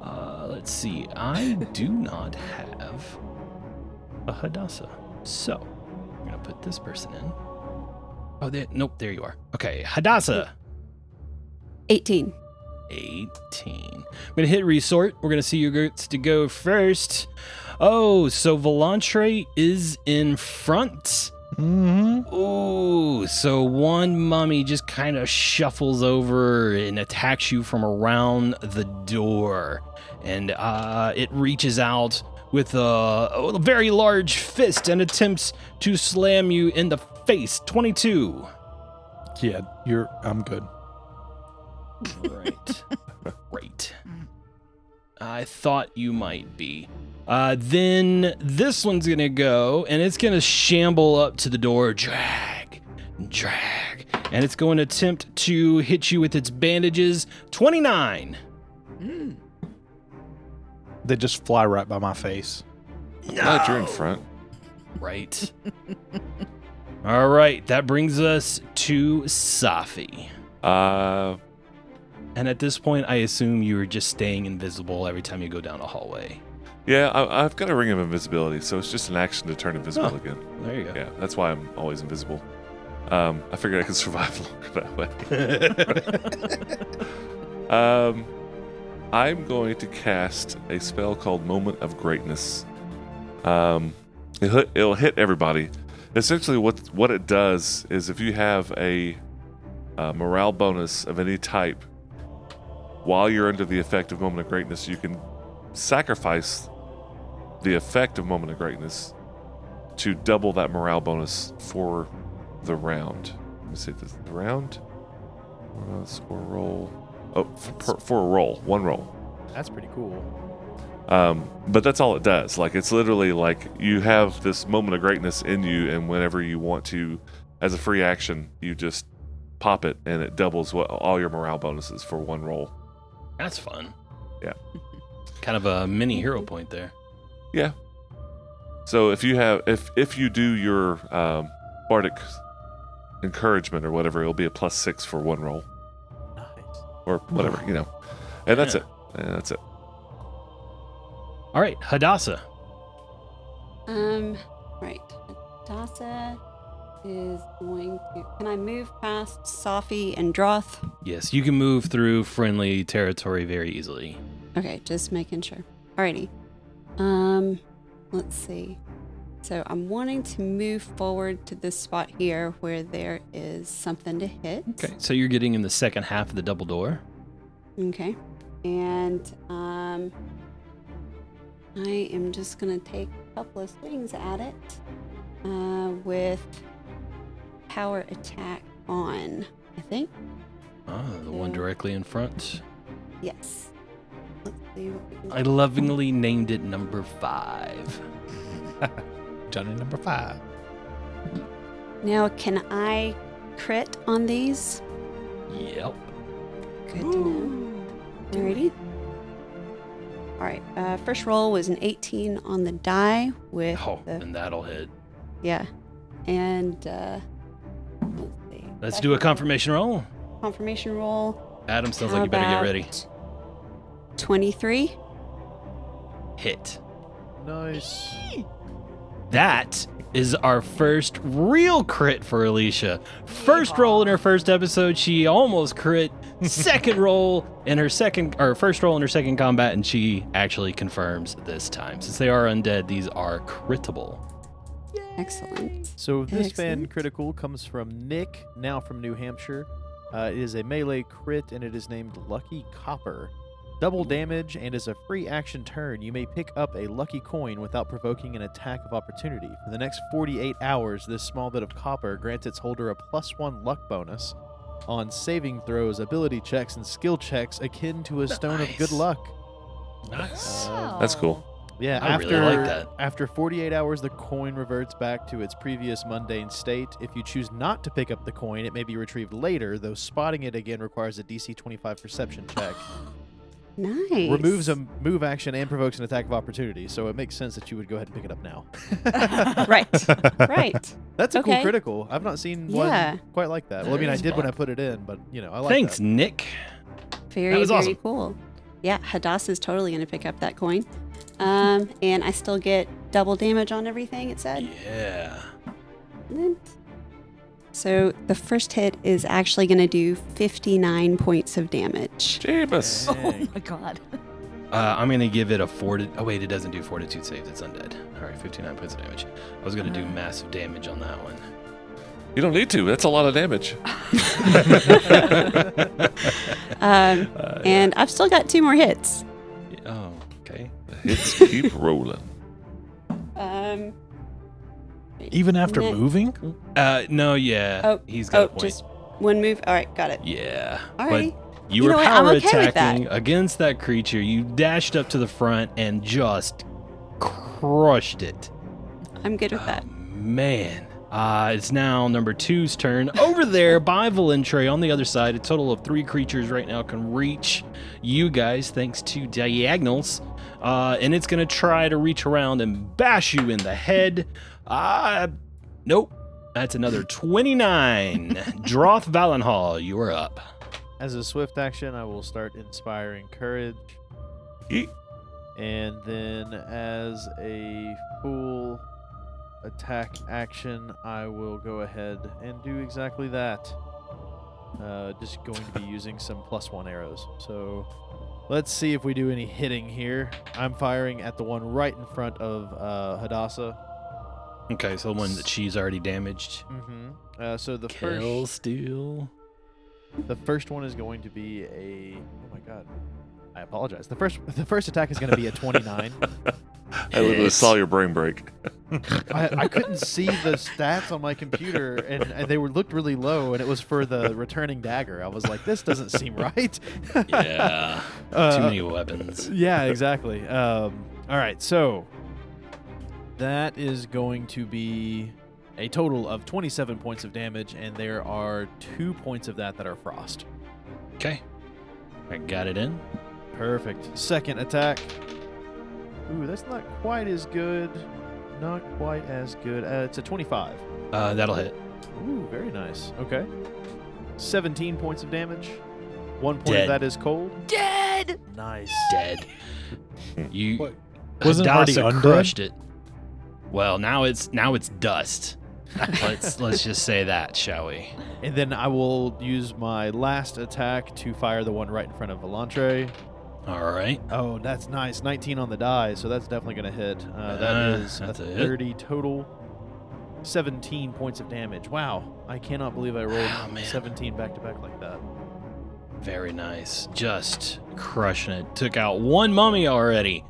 Uh, let's see. I do not have a Hadassah. So I'm going to put this person in. Oh, there, nope, there you are. Okay, Hadassah, 18. 18. I'm going to hit resort. We're going to see your groups to go first. Oh, so Volantre is in front. Mm-hmm. Ooh, so one mummy just kind of shuffles over and attacks you from around the door. And uh, it reaches out with a, a very large fist and attempts to slam you in the face. 22. Yeah, you're. I'm good. Right. right. I thought you might be. Uh, then this one's going to go and it's going to shamble up to the door. Drag, drag. And it's going to attempt to hit you with its bandages. 29. Mm, They just fly right by my face. Glad you're in front. Right. All right. That brings us to Safi. Uh, And at this point, I assume you are just staying invisible every time you go down a hallway. yeah, I, I've got a ring of invisibility, so it's just an action to turn invisible Huh. again. There you go. Yeah, that's why I'm always invisible. Um, I figured I could survive longer that way. um, I'm going to cast a spell called Moment of Greatness. Um, it'll, hit- it'll hit everybody. Essentially, what what it does is if you have a, uh morale bonus of any type while you're under the effect of Moment of Greatness, you can sacrifice the effect of Moment of Greatness to double that morale bonus for the round. Let me see this the round. Uh, score roll. Oh, for, per, for a roll, one roll. That's pretty cool. Um, but that's all it does. Like it's literally like you have this moment of greatness in you, and whenever you want to, as a free action, you just pop it, and it doubles what all your morale bonuses for one roll. That's fun. Yeah. kind of a mini hero point there. Yeah. So if you have if if you do your um, bardic encouragement or whatever, it'll be a plus six for one roll. Or whatever you know, and that's Yeah. it. And that's it. All right, Hadassah. Um, right. Dasa is going to. Can I move past Safi and Droth? Yes, you can move through friendly territory very easily. Okay, just making sure. Alrighty. Um, let's see. So I'm wanting to move forward to this spot here where there is something to hit. Okay, so you're getting in the second half of the double door. Okay. And um, I am just going to take a couple of swings at it uh, with power attack on, I think. Ah, the one Yeah. directly in front. Yes. Let's see what we can I lovingly named it number five. Johnny number five. Now, can I crit on these? Yep. Good to know. Alrighty. Alright, uh, first roll was an 18 on the die with. Oh, the- and that'll hit. yeah. And, uh, let's see. Let's do a confirmation roll. confirmation roll. Adam sounds How like you better get ready. about 23. Hit. Nice. That is our first real crit for Alicia. First roll in her first episode, she almost crit. Second roll in her second, or first roll in her second combat, and she actually confirms this time. Since they are undead, these are critable. Excellent. So this fan Excellent. critical comes from Nick, now from New Hampshire. Uh, it is a melee crit, and it is named Lucky Copper. Double damage, and as a free action turn, you may pick up a lucky coin without provoking an attack of opportunity. For the next 48 hours, this small bit of copper grants its holder a plus one luck bonus on saving throws, ability checks, and skill checks akin to a stone of good Nice. luck. Nice. That's cool. Yeah, Uh, I after really like that. after 48 hours, the coin reverts back to its previous mundane state. If you choose not to pick up the coin, it may be retrieved later, though spotting it again requires a DC 25 perception check. Nice. Removes a move action and provokes an attack of opportunity, so it makes sense that you would go ahead and pick it up now. Right. Right. That's a cool Okay. critical. I've not seen Yeah. one quite like that. Well, I That mean, I is did when fun. I put it in, but you know, I like Thanks, that. Nick. Very, That was very awesome. cool. Yeah, Hadassah is totally going to pick up that coin. Um, and I still get double damage on everything, it said. Yeah. Excellent. So the first hit is actually going to do 59 points of damage. Jeebus. Oh my god. Uh, I'm gonna give it a fortitude. Oh wait, it doesn't do fortitude saves. It's undead. All right, 59 points of damage. I was gonna do massive damage on that one. You don't need to. That's a lot of damage. Uh, Um, and I've still got two more hits. Yeah, Oh, okay. Hits keep rolling. Um, Even after Ne- moving? Uh, no, yeah, Oh, he's got a oh point. just one move. All right, got it. Yeah. Alrighty. But you, You were know what? I'm power okay with that. attacking against that creature. You dashed up to the front and just crushed it. I'm good with that. Oh, man. Uh, it's now number two's turn. Over there by Valentre on the other side, a total of three creatures right now can reach you guys thanks to diagonals. Uh, and it's going to try to reach around and bash you in the head. Uh, nope. That's another 29. Droth Valenhall, you are up. As a swift action, I will start inspiring courage. Yeet. And then as a full attack action, I will go ahead and do exactly that. Uh, just going to be using some plus one arrows. So let's see if we do any hitting here. I'm firing at the one right in front of uh, Hadassah. Okay, so the one that she's already damaged. Mm-hmm. Uh, so the Kill, first steal. The first one is going to be a. Oh my god. I apologize. The first the first attack is going to be a 29. I literally Hits. saw your brain break. I, I couldn't see the stats on my computer, and, and they were looked really low, and it was for the returning dagger. I was like, this doesn't seem right. Yeah. Too Uh, many weapons. Yeah, exactly. Um, all right, so that is going to be a total of 27 points of damage, and there are two points of that that are frost. Okay. I got it in. Perfect. Second attack. Ooh, that's not quite as good. Not quite as good. Uh, it's a 25. Uh, that'll hit. Ooh, very nice. Okay. 17 points of damage. One point of Dead. that is cold. Dead! Nice. Dead. You What? Wasn't it already Hadassah undead? crushed it. Well, now it's now it's dust. let's let's just say that, shall we? And then I will use my last attack to fire the one right in front of Volantre. All right. Oh, that's nice. 19 on the die, so that's definitely going to hit. Uh, that Uh, is a that's a hit. 30 total. 17 points of damage. Wow. I cannot believe I rolled Oh, man. 17 back to back like that. Very nice. Just crushing it. Took out one mummy already.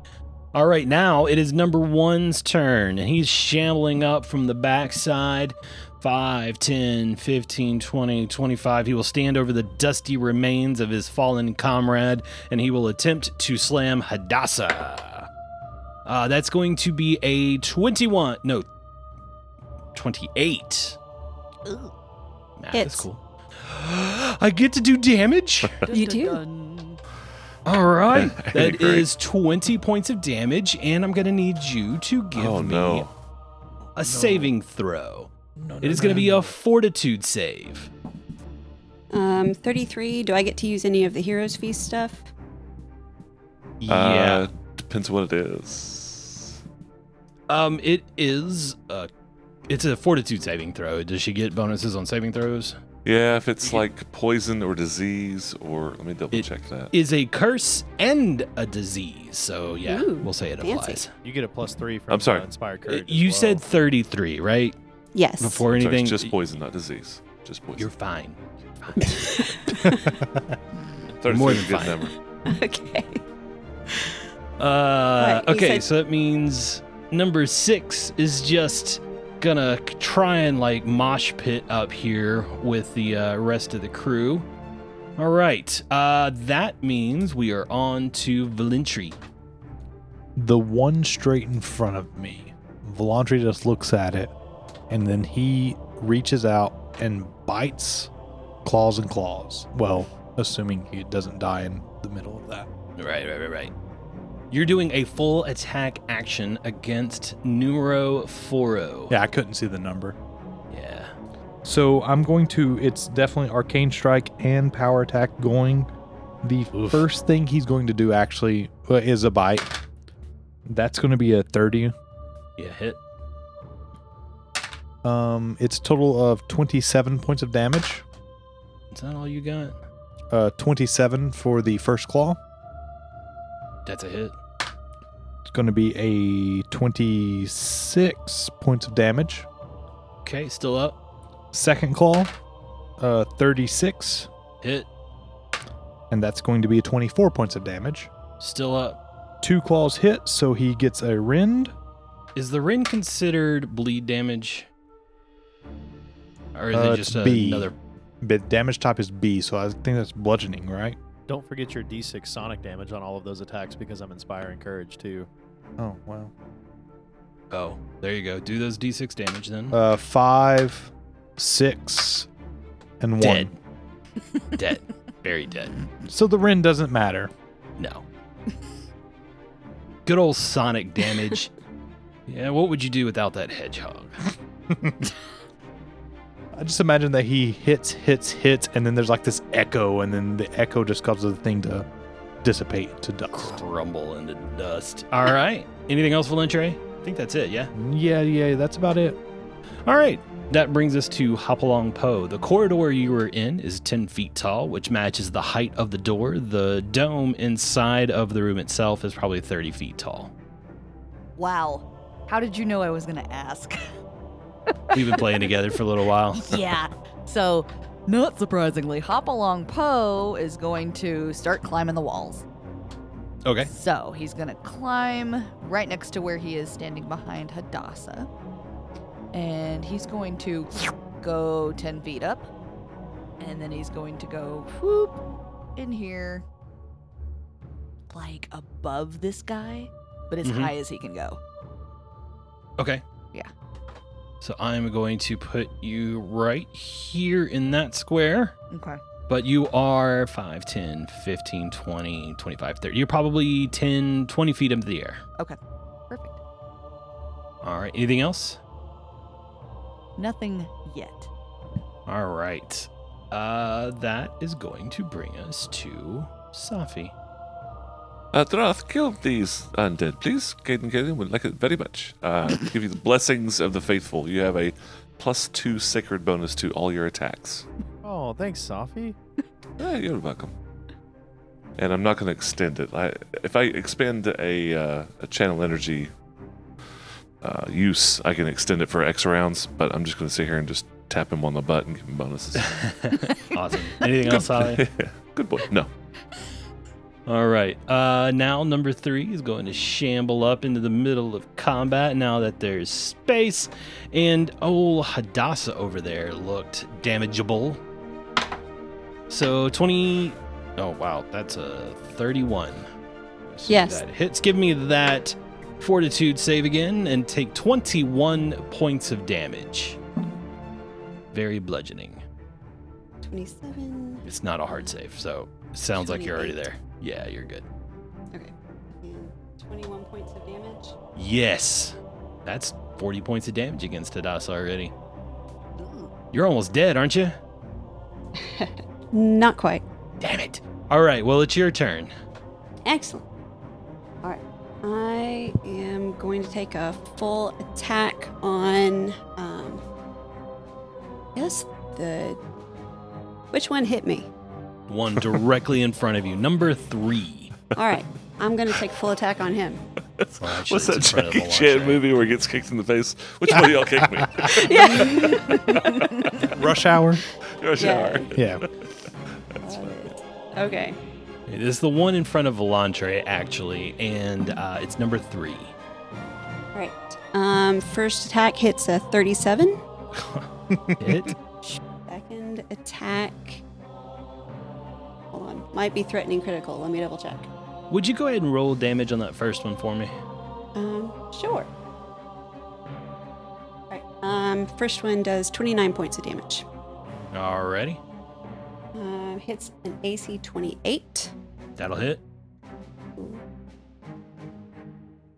All right, now it is number one's turn, and he's shambling up from the backside. 5, 10, 15, 20, 25. He will stand over the dusty remains of his fallen comrade, and he will attempt to slam Hadassah. Uh, that's going to be a 21. No, 28. Ooh. Nah, Hits. that's cool. I get to do damage? You do? All right. that Great. is 20 points of damage, and I'm going to need you to give oh me no. a saving throw. it is going to be a fortitude save. Um, 33. Do I get to use any of the Heroes Feast stuff? yeah. Uh, depends what it is. Um, it is a, it's a fortitude saving throw. Does she get bonuses on saving throws? Yeah, if it's like poison or disease or let me double It- check that. Is a curse and a disease. So yeah, Ooh, we'll say it fancy. applies. You get a plus three from I'm sorry. Uh, Inspired Uh, Courage. as You well. said 33, right? Yes. Before I'm sorry, anything, it's just poison, not disease. Just poison. you're fine. You're fine. Thirty-three more is a than good fine. number. okay. Uh, Right, he okay, said- so that means number six is just gonna k- try and like mosh pit up here with the uh, rest of the crew. All right, uh, that means we are on to Valentry. The one straight in front of me. Volandry just looks at it and then he reaches out and bites claws and claws. Well, assuming he doesn't die in the middle of that. Right, right, right, right. You're doing a full attack action against Numero Foro. Yeah, I couldn't see the number. Yeah. So I'm going to. It's definitely arcane strike and power attack going. The first thing he's going to do actually uh, is a bite. That's going to be a 30. Yeah, hit. Um, it's total of 27 points of damage. Is that all you got? Uh, 27 for the first claw. That's a hit. It's going to be a 26 points of damage. Okay, still up. Second claw, uh, 36, Hit. and that's going to be 24 points of damage. Still up. Two claws hit, so he gets a rend. Is the Rin considered bleed damage? Or is Uh, it it's just B. another? But damage type is B, so I think that's bludgeoning, right? Don't forget your D6 sonic damage on all of those attacks because I'm inspiring courage too. Oh, wow. Oh, there you go. Do those d6 damage then. Uh, five, six, and dead. one. dead. Very dead. So the rend doesn't matter. No. Good old sonic damage. yeah, what would you do without that hedgehog? I just imagine that he hits, hits, hits, and then there's like this echo, and then the echo just causes the thing to dissipate to dust. Crumble into dust. All right. Anything else, Valentre? I think that's it, yeah? Yeah, yeah, that's about it. All right. That brings us to Hopalong Po. The corridor you were in is 10 feet tall, which matches the height of the door. The dome inside of the room itself is probably 30 feet tall. Wow. How did you know I was going to ask? We've been playing together for a little while. yeah. So, not surprisingly, Hopalong Poe is going to start climbing the walls. Okay. So, he's going to climb right next to where he is standing behind Hadassah. And he's going to go 10 feet up. And then he's going to go whoop in here, like above this guy, but as Mhm. high as he can go. Okay. Yeah. So I'm going to put you right here in that square. Okay. But you are 5, 10, 15, 20, 25, 30. You're probably 10, 20 feet into the air. Perfect. All right. Anything else? Nothing yet. All right. Uh, that is going to bring us to Safi. Uh, Droth, kill these undead, please. Caden Caden would like it very much. Uh, give you the blessings of the faithful. You have a plus two sacred bonus to all your attacks. Oh, thanks, Safi. Yeah, you're welcome. And I'm not going to extend it. I, if I expend a, uh, a channel energy uh, use, I can extend it for X rounds, but I'm just going to sit here and just tap him on the butt and give him bonuses. Awesome. Anything else, Safi? Good boy. No. All right. Uh, now number three is going to shamble up into the middle of combat now that there's space. And old Hadassah over there looked damageable. So 20. Oh, wow. That's a 31. So Yes. That hits. Give me that fortitude save again and take 21 points of damage. Very bludgeoning. 27. It's not a hard save, so it sounds like you're already 28. there. Yeah, you're good. Okay. And 21 points of damage. Yes. That's 40 points of damage against Hadassah already. You're almost dead, aren't you? Not quite. Damn it. All right, well, it's your turn. Excellent. All right. I am going to take a full attack on. Um, I guess the. Which one hit me? One directly in front of you, number three. All right. I'm going to take full attack on him. Well, actually, What's that it's in front of Jackie the launch Chan ramp. movie where he gets kicked in the face? Which one of y'all kicked me? yeah. Rush hour? Your shower. Yeah. Okay. It is the one in front of Volantre, actually, and uh, it's number three. All right. Um, first attack hits a 37. Hit? Second attack. Hold on. Might be threatening critical. Let me double check. Would you go ahead and roll damage on that first one for me? Um, sure. Alright, Um, first one does 29 points of damage. Alrighty. Uh, hits an AC 28. That'll hit.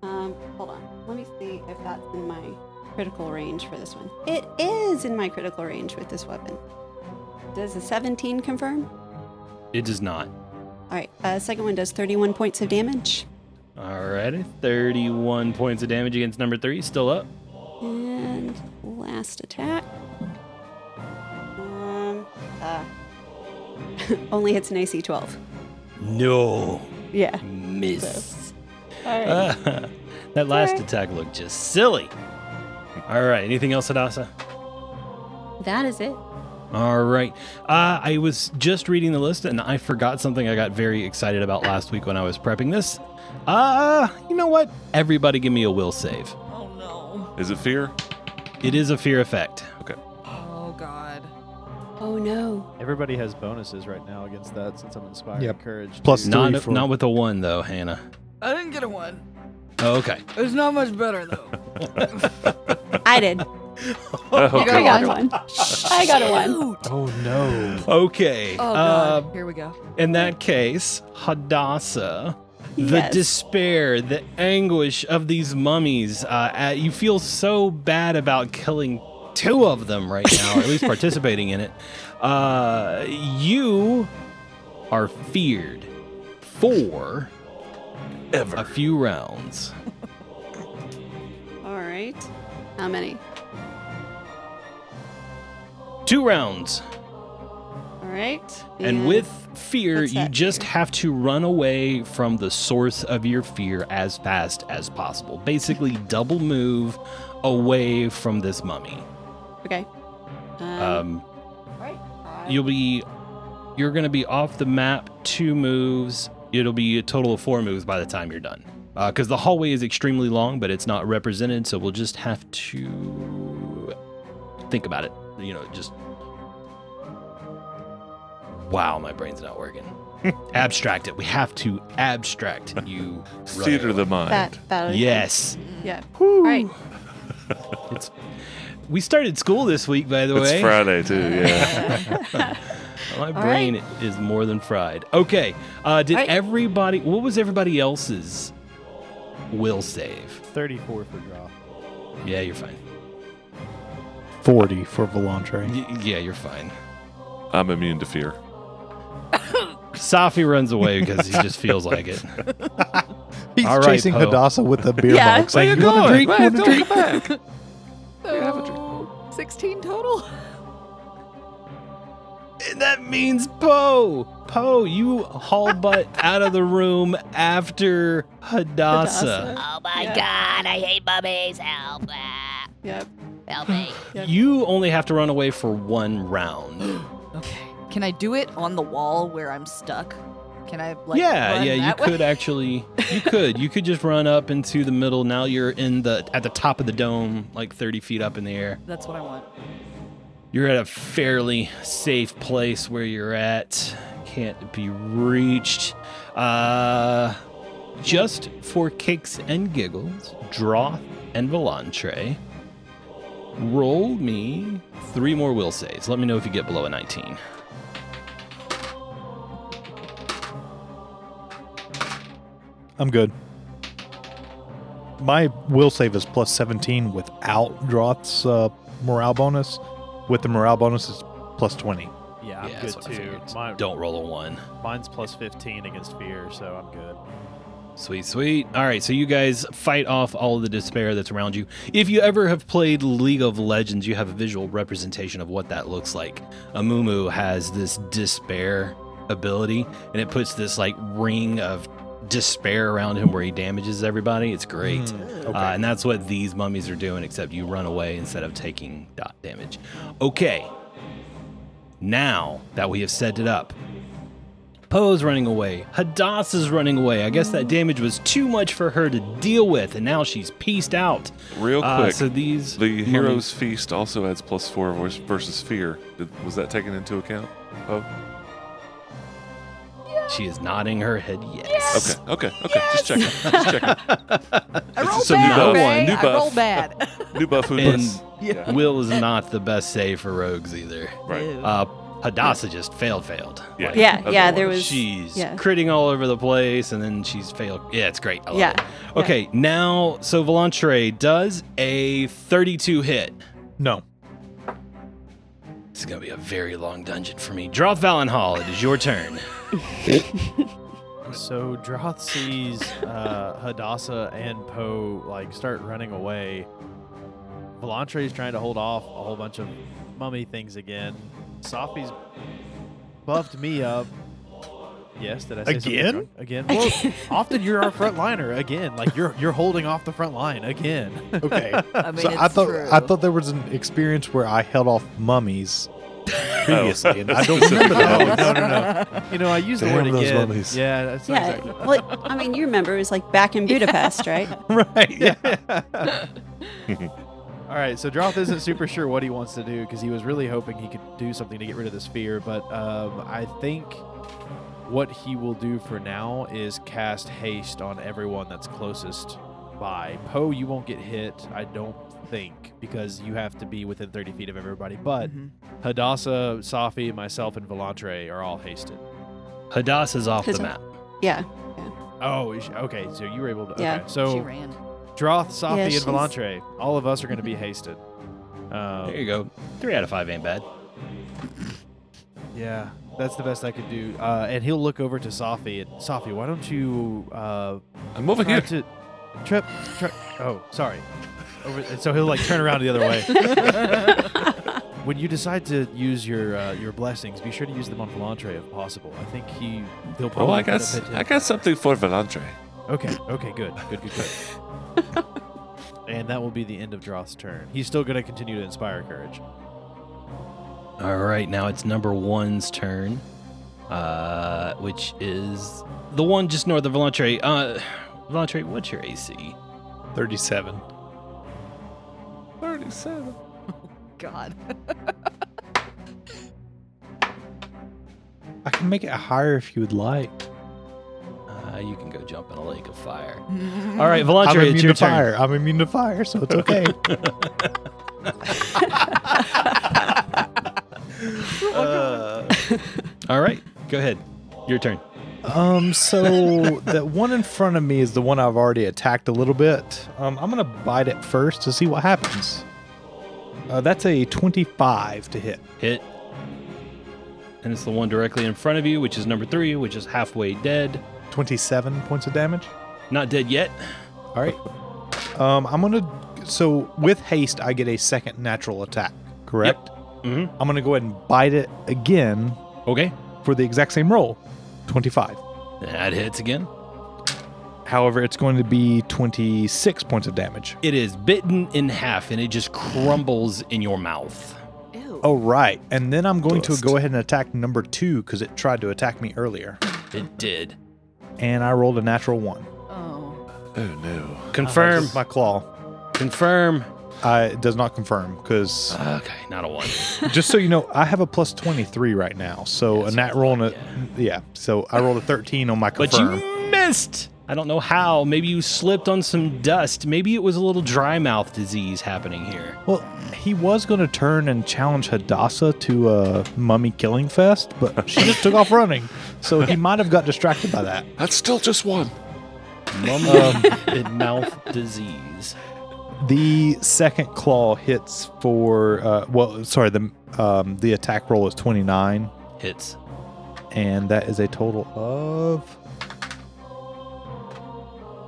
Um, hold on. Let me see if that's in my critical range for this one. It is in my critical range with this weapon. Does a 17 confirm? It does not. All right. Uh, second one does 31 points of damage. Alrighty. 31 points of damage against number three. Still up. And last attack. Um, uh, only hits an AC 12. No. Yeah. Miss. Ah, All right. that last Alright. attack looked just silly. All right. Anything else, Adasa? that is it. All right. Uh, I was just reading the list and I forgot something I got very excited about last week when I was prepping this. Uh, you know what? Everybody give me a will save. Oh no. Is it fear? It is a fear effect. Oh god. Oh no. Everybody has bonuses right now against that since I'm inspired Yep. and courage. Plus to- three Not, for- not with a one, though, Hannah. I didn't get a one. Oh, okay. It's not much better though. I did. Oh, I got one. I got a one. Oh no. Okay. Oh Uh, god. Here we go. In that case, Hadassah, Yes. the despair, the anguish of these mummies, uh, uh, you feel so bad about killing two of them right now, or at least participating in it. Uh, you are feared for a few rounds. All right. How many? Two rounds. All right. And with fear, What's you that just fear? have to run away from the source of your fear as fast as possible. Basically, double move away from this mummy. Okay. Um, Um, right. you'll be, you're going to be off the map two moves. It'll be a total of four moves by the time you're done. Because the hallway is extremely long, but it's not represented, so we'll just have to think about it. You know, just. Wow, my brain's not working. abstract it. We have to abstract you. running Theater of the mind. that, that'll Yes. Yeah. All right. We started school this week, by the It's way. Friday too. Yeah. My All brain is more than fried. Okay. Uh, did All right. everybody, what was everybody else's will save? 34 for draw. Yeah, you're fine. 40 for Volantre. Y- yeah, you're fine. I'm immune to fear. Safi runs away because he just feels like it. He's All right, chasing Poe. Hadassah with a beer Yeah. mug saying, you want going? a drink? You Where want a drink? So, Sixteen total. And that means Poe. Poe, you haul butt out of the room after Hadassah. Oh my Yeah. god, I hate mummies. Help. Ah, Yep. Help me. Yeah. You only have to run away for one round. Okay. Can I do it on the wall where I'm stuck? Can I like yeah, run yeah, you that way? could actually. You could. You could just run up into the middle. Now you're in the at the top of the dome, like 30 feet up in the air. That's what I want. You're at a fairly safe place where you're at. Can't be reached. Uh, just for kicks and giggles, Droth and Volantre, roll me three more will saves. Let me know if you get below a 19. I'm good. My will save is plus 17 without Droth's uh, morale bonus. With the morale bonus, it's plus 20. Yeah, Yeah, I'm that's good what I too. figured. Mine, Don't roll a one. Mine's plus 15 against fear, so I'm good. Sweet, sweet. All right, so you guys fight off all of the despair that's around you. If you ever have played League of Legends, you have a visual representation of what that looks like. Amumu has this despair ability, and it puts this like ring of despair around him where he damages everybody. It's great. Uh, and that's what these mummies are doing, except you run away instead of taking dot damage. Okay. Now that we have set it up, Poe's running away. Hadassah's running away. I guess that damage was too much for her to deal with, and now she's pieced out. Real Uh, quick. so these the mummies- hero's feast also adds plus four vers- versus fear. Did- Was that taken into account? Oh, She is nodding her head. Yes. okay, okay, okay. Just checking. Just checking. I It's roll just a new bad. buff. okay? New I roll buff. bad. New buff who And- does- Yeah. Will is not the best save for rogues either. Right. Uh, Hadassah just failed, failed. Yeah. Like, Yeah, Other yeah, one. there was. she's yeah. critting all over the place, and then she's failed. Yeah, it's great. I love Yeah, it. Okay, now so Volantre does a 32 hit. No. This is gonna be a very long dungeon for me. Droth Valenhall, it is your turn. So Droth sees uh, Hadassah and Poe like start running away. Volantre is trying to hold off a whole bunch of mummy things again. Sophie's buffed me up. Yes, did I say something Again? wrong? Again. Well, often you're our front liner again. Like you're you're holding off the front line again. Okay. I mean, so I it's thought true. I thought there was an experience where I held off mummies previously, and I don't Specific remember that. mummies. Oh. No, no, no. You know, I used the Damn word those again. mummies. Yeah, that's not Yeah. exactly. Well, I mean, you remember it was like back in Budapest, right? Right? Yeah. All right, so Droth isn't super sure what he wants to do because he was really hoping he could do something to get rid of this fear, but um, I think what he will do for now is cast haste on everyone that's closest by. Poe, you won't get hit, I don't think, because you have to be within 30 feet of everybody, but Hadassah, Safi, myself, and Volantre are all hasted. Hadassah's off the His- map. Yeah. Oh, is- okay, so you were able to. Yeah, okay, so she ran. Droth, Safi, Yeah, and she's- Volantre, all of us are going to be hasted. Um, There you go. Three out of five ain't bad. Yeah, that's the best I could do. Uh, and he'll look over to Safi. And Safi, why don't you uh, I'm over try here. to trip? Tri- oh, sorry. Over, and so he'll like turn around the other way. when you decide to use your uh, your blessings, be sure to use them on Volantre if possible. I think he they'll Oh, probably I got, s- benefit him. I got something for Volantre. Okay, okay, good, good, good, good. and that will be the end of Droth's turn. He's still going to continue to inspire courage. All right, now it's number one's turn, uh, which is the one just north of Volantre. Uh, Volantre, what's your AC? Thirty-seven. 37. God. I can make it higher if you would like. Uh, you can go jump in a lake of fire. All right, Volantre, I'm it's immune your to turn. fire. I'm immune to fire, so it's okay. All right, go ahead. Your turn. Um, so that one in front of me is the one I've already attacked a little bit. Um, I'm gonna bite it first to see what happens. Uh, that's a 25 to hit. Hit. And it's the one directly in front of you, which is number three, which is halfway dead. 27 points of damage. Not dead yet. All right. Um, I'm gonna. So with haste, I get a second natural attack. Correct. Mm-hmm. hmm I'm gonna go ahead and bite it again Okay. for the exact same roll, 25. That hits again. However, it's going to be 26 points of damage. It is bitten in half and it just crumbles in your mouth. Ew. Oh, right. And then I'm going Dust. to go ahead and attack number two because it tried to attack me earlier. It did. And I rolled a natural one. Oh. Oh, no. Confirm. Just My claw. Confirm. I, it does not confirm because, Okay, not a one. just so you know, I have a plus 23 right now. So a nat roll and a. Yeah. So I rolled a 13 on my But confirm. you missed. I don't know how. Maybe you slipped on some dust. Maybe it was a little dry mouth disease happening here. well, he was going to turn and challenge Hadassah to a mummy killing fest, but she just took off running. So he might have got distracted by that. That's still just one. Mummy and mouth disease. The second claw hits for uh, well, sorry. The um, the attack roll is twenty nine, Hits. and that is a total of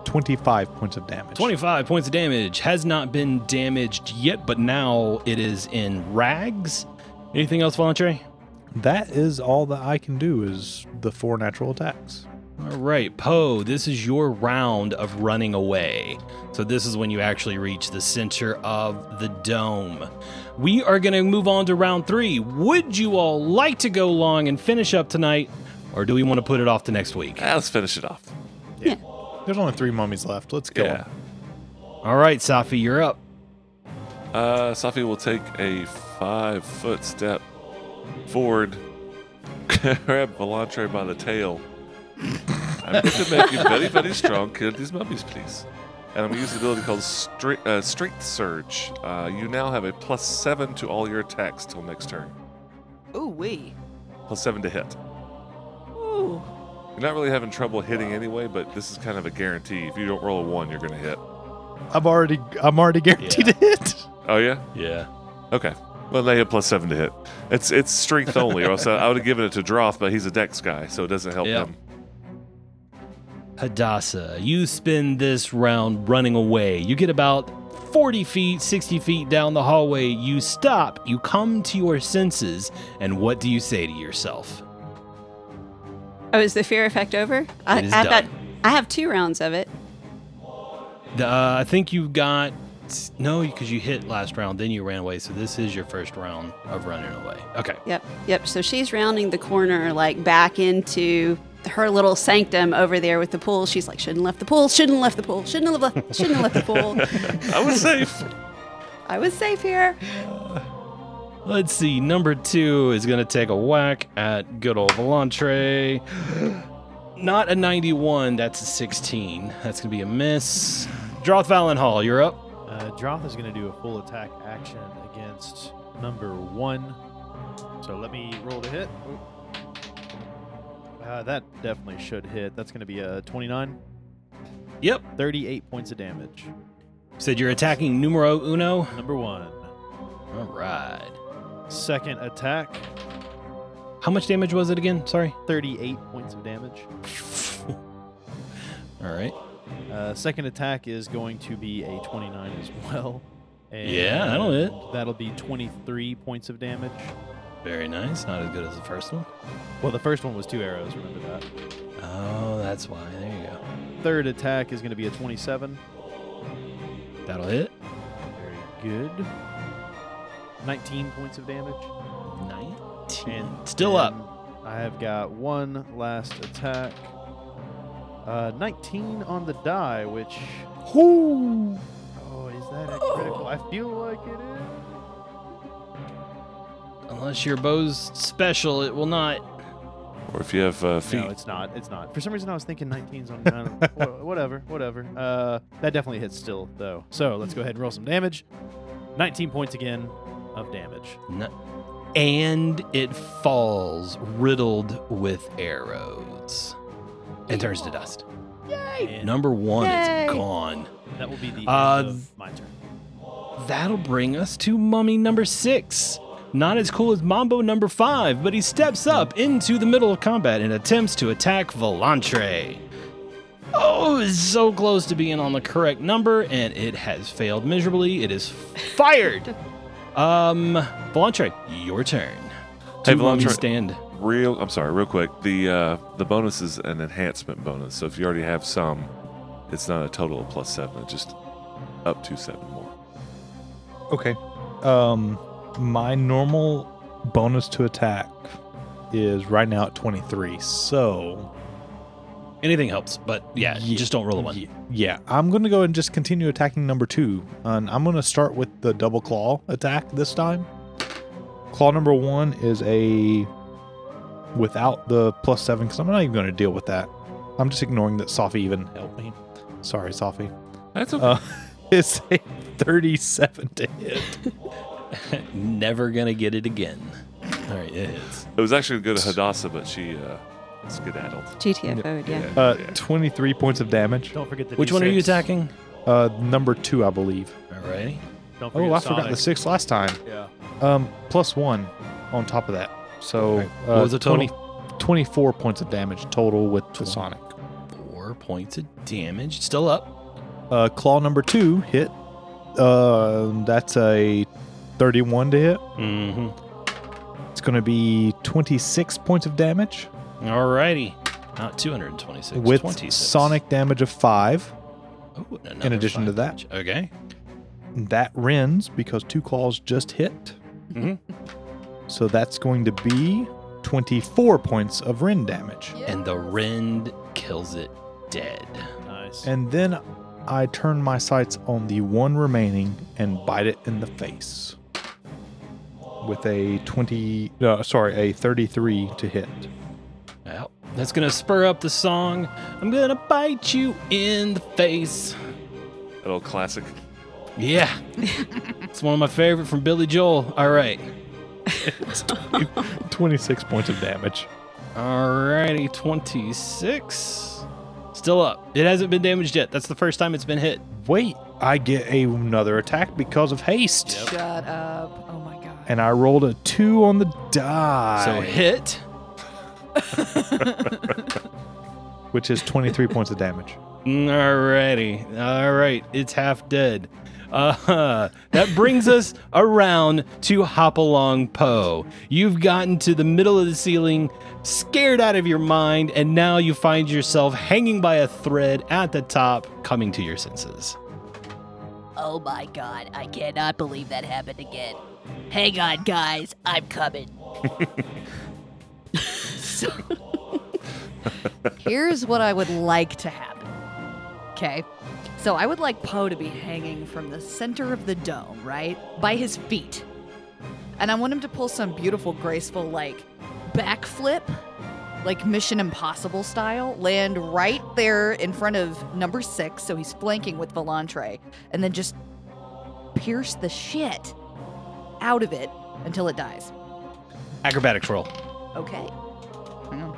twenty five points of damage. 25 points of damage. Has not been damaged yet, but now it is in rags. Anything else, Volantre? That is all that I can do is the four natural attacks. All right, Poe, this is your round of running away. So, this is when you actually reach the center of the dome. We are going to move on to round three. Would you all like to go long and finish up tonight, or do we want to put it off to next week? Ah, let's finish it off. There's only three mummies left. Let's go. yeah. All right, Safi, you're up. Uh, Safi will take a five foot step forward, grab Volantre by the tail. I'm going to make you very, very strong. Kill these mummies, please. And I'm going to use the ability called Stre- uh, Strength Surge. Uh, you now have a plus seven to all your attacks till next turn. Ooh wee. Plus seven to hit. Ooh. You're not really having trouble hitting anyway, but this is kind of a guarantee. If you don't roll a one, you're going to hit. I'm already I'm already guaranteed to hit. Oh, yeah? Yeah. Okay. Well, they have plus seven to hit. It's it's strength only, or else I would have given it to Droth, but he's a dex guy, so it doesn't help Yeah. him. Hadassah, you spend this round running away. You get about 40 feet, 60 feet down the hallway, you stop, you come to your senses, and what do you say to yourself? Oh, is the fear effect over? I, It is I've got. done. I have two rounds of it. The, uh, I think you got. No, because you hit last round, then you ran away, so this is your first round of running away. Okay. Yep. Yep. So she's rounding the corner, like back into her little sanctum over there with the pool. She's like, shouldn't have left the pool. Shouldn't have left the pool. Shouldn't have left. Shouldn't have left the pool. I was safe. I was safe here. Let's see. Number two is going to take a whack at good old Volantre. Not a 91, that's a 16. That's going to be a miss. Droth Valenhall, you're up. Uh, Droth is going to do a full attack action against number one. So let me roll to hit. Uh, that definitely should hit. That's going to be a 29, Yep. 38 points of damage. Said you're attacking numero uno. Number one. All right. Second attack, How much damage was it again? Sorry. 38 points of damage. All right. Uh, second attack is going to be a 29 as well. And Yeah, that'll hit. That'll be 23 points of damage. Very nice. Not as good as the first one. Well, the first one was two arrows, remember that. Oh, that's why. There you go. Third attack is going to be a 27. That'll hit. Very good. 19 points of damage. 19. And Still then up. I have got one last attack. Uh, 19 on the die, which. Oh, is that a critical? I feel like it is. Unless your bow's special, it will not. Or if you have uh, feet. No, it's not. It's not. For some reason, I was thinking 19's on the die. Wha- whatever, whatever. Uh, that definitely hits still, though. So let's go ahead and roll some damage. 19 points again of damage. N- and it falls riddled with arrows and turns to dust. And Number one, it's gone. that will be the Uh, end of my turn. That'll bring us to mummy number six. Not as cool as Mambo number five, but he steps up into the middle of combat and attempts to attack Volantre. Oh, is so close to being on the correct number, and it has failed miserably. It is fired. um, Volantre, your turn. Hey, Two mummies Volantre. stand. Real. I'm sorry. Real quick. The uh, the bonus is an enhancement bonus. So if you already have some, it's not a total of plus seven. It's just up to seven more. Okay. Um, my normal bonus to attack is right now at 23. So, Anything helps, but yeah, Yeah. just don't roll a one. Ye- yeah, I'm going to go and just continue attacking number two. And I'm going to start with the double claw attack this time. Claw number one is a without the plus seven because I'm not even going to deal with that. I'm just ignoring that Sophie even helped me. Sorry, Sophie. That's okay. Uh, it's a 37 to hit. Never gonna get it again. All right, it hits. it was actually going to go to Hadassah, but she uh, skedaddled. GTFO. Yeah. Uh, 23 points of damage. Don't forget the Which one are you D6. attacking? Uh, number two, I believe. Alrighty. Don't forget Oh, I Sonic. forgot the six last time. Yeah. Um, plus one on top of that. So Okay. What was the total? 20 24 points of damage total with the Sonic. Four points of damage. Still up. Uh, claw number two hit. Uh, that's a 31 to hit. Mm-hmm. It's going to be 26 points of damage Alrighty. Not 226. with 26. Sonic damage of five. Ooh, another in addition to five that. damage. Okay. That rends because two claws just hit. Mhm. So that's going to be 24 points of rend damage. And the rend kills it dead. Nice. And then I turn my sights on the one remaining and bite it in the face with a 20 no sorry a 33 to hit Well, that's gonna spur up the song. I'm gonna bite you in the face. That old classic. Yeah. it's one of my favorite from Billy Joel. All right. 26 points of damage Alrighty, 26. Still up. It hasn't been damaged yet. That's the first time it's been hit. wait i get a- another attack because of haste Shut up. Oh my god. and i rolled a 2 on the die So hit. which is 23 points of damage Alrighty. Alright. It's half dead. Uh-huh. That brings us around to Hopalong Poe. You've gotten to the middle of the ceiling, scared out of your mind, and now you find yourself hanging by a thread at the top, coming to your senses. Oh my god, I cannot believe that happened again. Hang on, guys, I'm coming. So, here's what I would like to happen. Okay. So I would like Poe to be hanging from the center of the dome, right? By his feet. And I want him to pull some beautiful, graceful, like, backflip, like Mission Impossible style, land right there in front of number six, so he's flanking with Volantre, and then just pierce the shit out of it until it dies. Acrobatics roll. Okay. Hang on.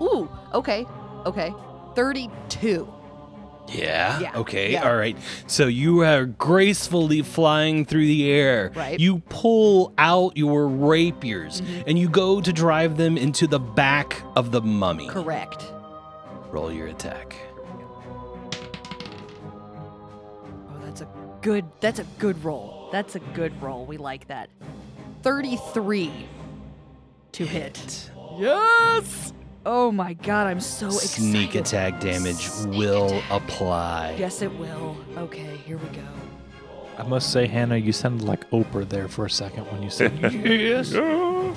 Ooh, okay, okay. 32. Yeah. Yeah, Okay. yeah. All right. So you are gracefully flying through the air. Right. Mm-hmm. You pull out your rapiers and you go to drive them into the back of the mummy. Correct. Roll your attack. Oh, that's a good that's a good roll. That's a good roll. We like that. 33 to hit. Yes! Oh my god, I'm so excited. Sneak attack damage will apply. Yes, it will. Okay, here we go. I must say, Hannah, you sounded like Oprah there for a second when you said yes. And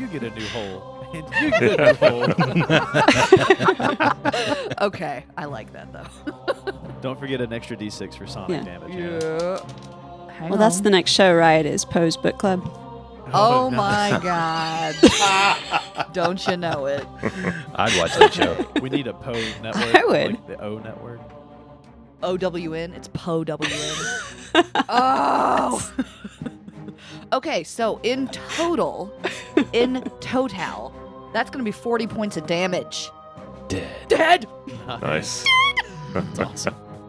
you get a new hole. And you get a new hole. Okay, I like that though. Don't forget an extra d6 for sonic Yeah. damage. Hang Well, that's on. the next show, right? Is Poe's Book Club. Oh my god. Don't you know it? I'd watch that show. We need a Poe network. I would. Like the O network. OWN. It's PO WN. oh. okay, so in total, in total, that's going to be 40 points of damage. Dead. Dead. Nice.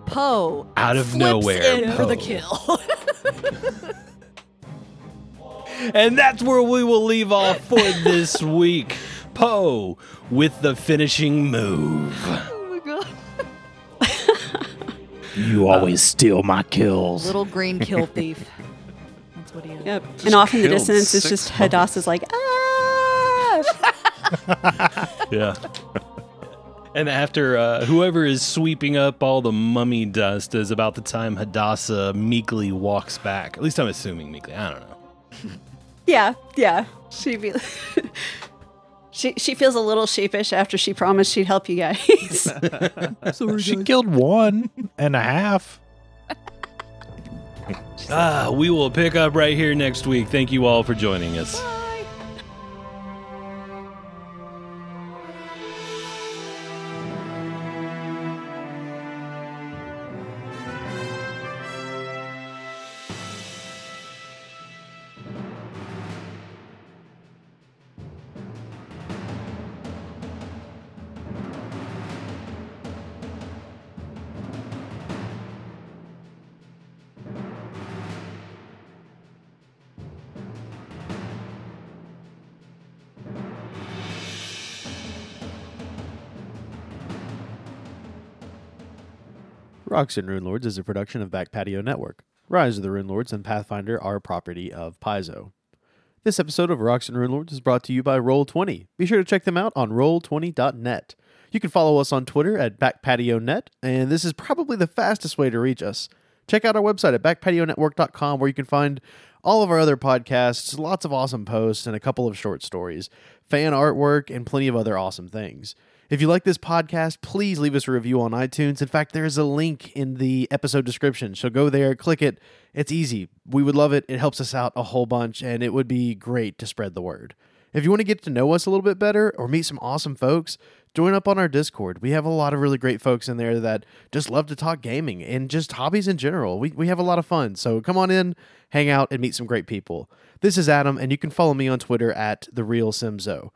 Poe. Out of flips nowhere. Oh. in for the Poe. kill. And that's where we will leave off for this week. Poe with the finishing move. oh my god. You always steal my kills. Little green kill thief. That's what he is. Yep. and off in the killed distance is six just Hadassah's like, ah. Yeah. And after uh, whoever is sweeping up all the mummy dust is about the time Hadassah meekly walks back. At least I'm assuming meekly. I don't know. yeah, yeah. She be. She, she feels a little sheepish after she promised she'd help you guys. she killed one and a half. Ah, we will pick up right here next week. Thank you all for joining us. Rocks and Rune Lords is a production of Back Patio Network. Rise of the Rune Lords and Pathfinder are property of Paizo. This episode of Rocks and Rune Lords is brought to you by Roll20. Be sure to check them out on roll20.net. You can follow us on Twitter at backpationet, and this is probably the fastest way to reach us. Check out our website at backpationetwork.com where you can find all of our other podcasts, lots of awesome posts, and a couple of short stories, fan artwork, and plenty of other awesome things. If you like this podcast, please leave us a review on iTunes. In fact, there is a link in the episode description. So go there, click it. It's easy. We would love it. It helps us out a whole bunch, and it would be great to spread the word. If you want to get to know us a little bit better or meet some awesome folks, join up on our Discord. We have a lot of really great folks in there that just love to talk gaming and just hobbies in general. We, we have a lot of fun. So come on in, hang out, and meet some great people. This is Adam, and you can follow me on Twitter at the real Simzo.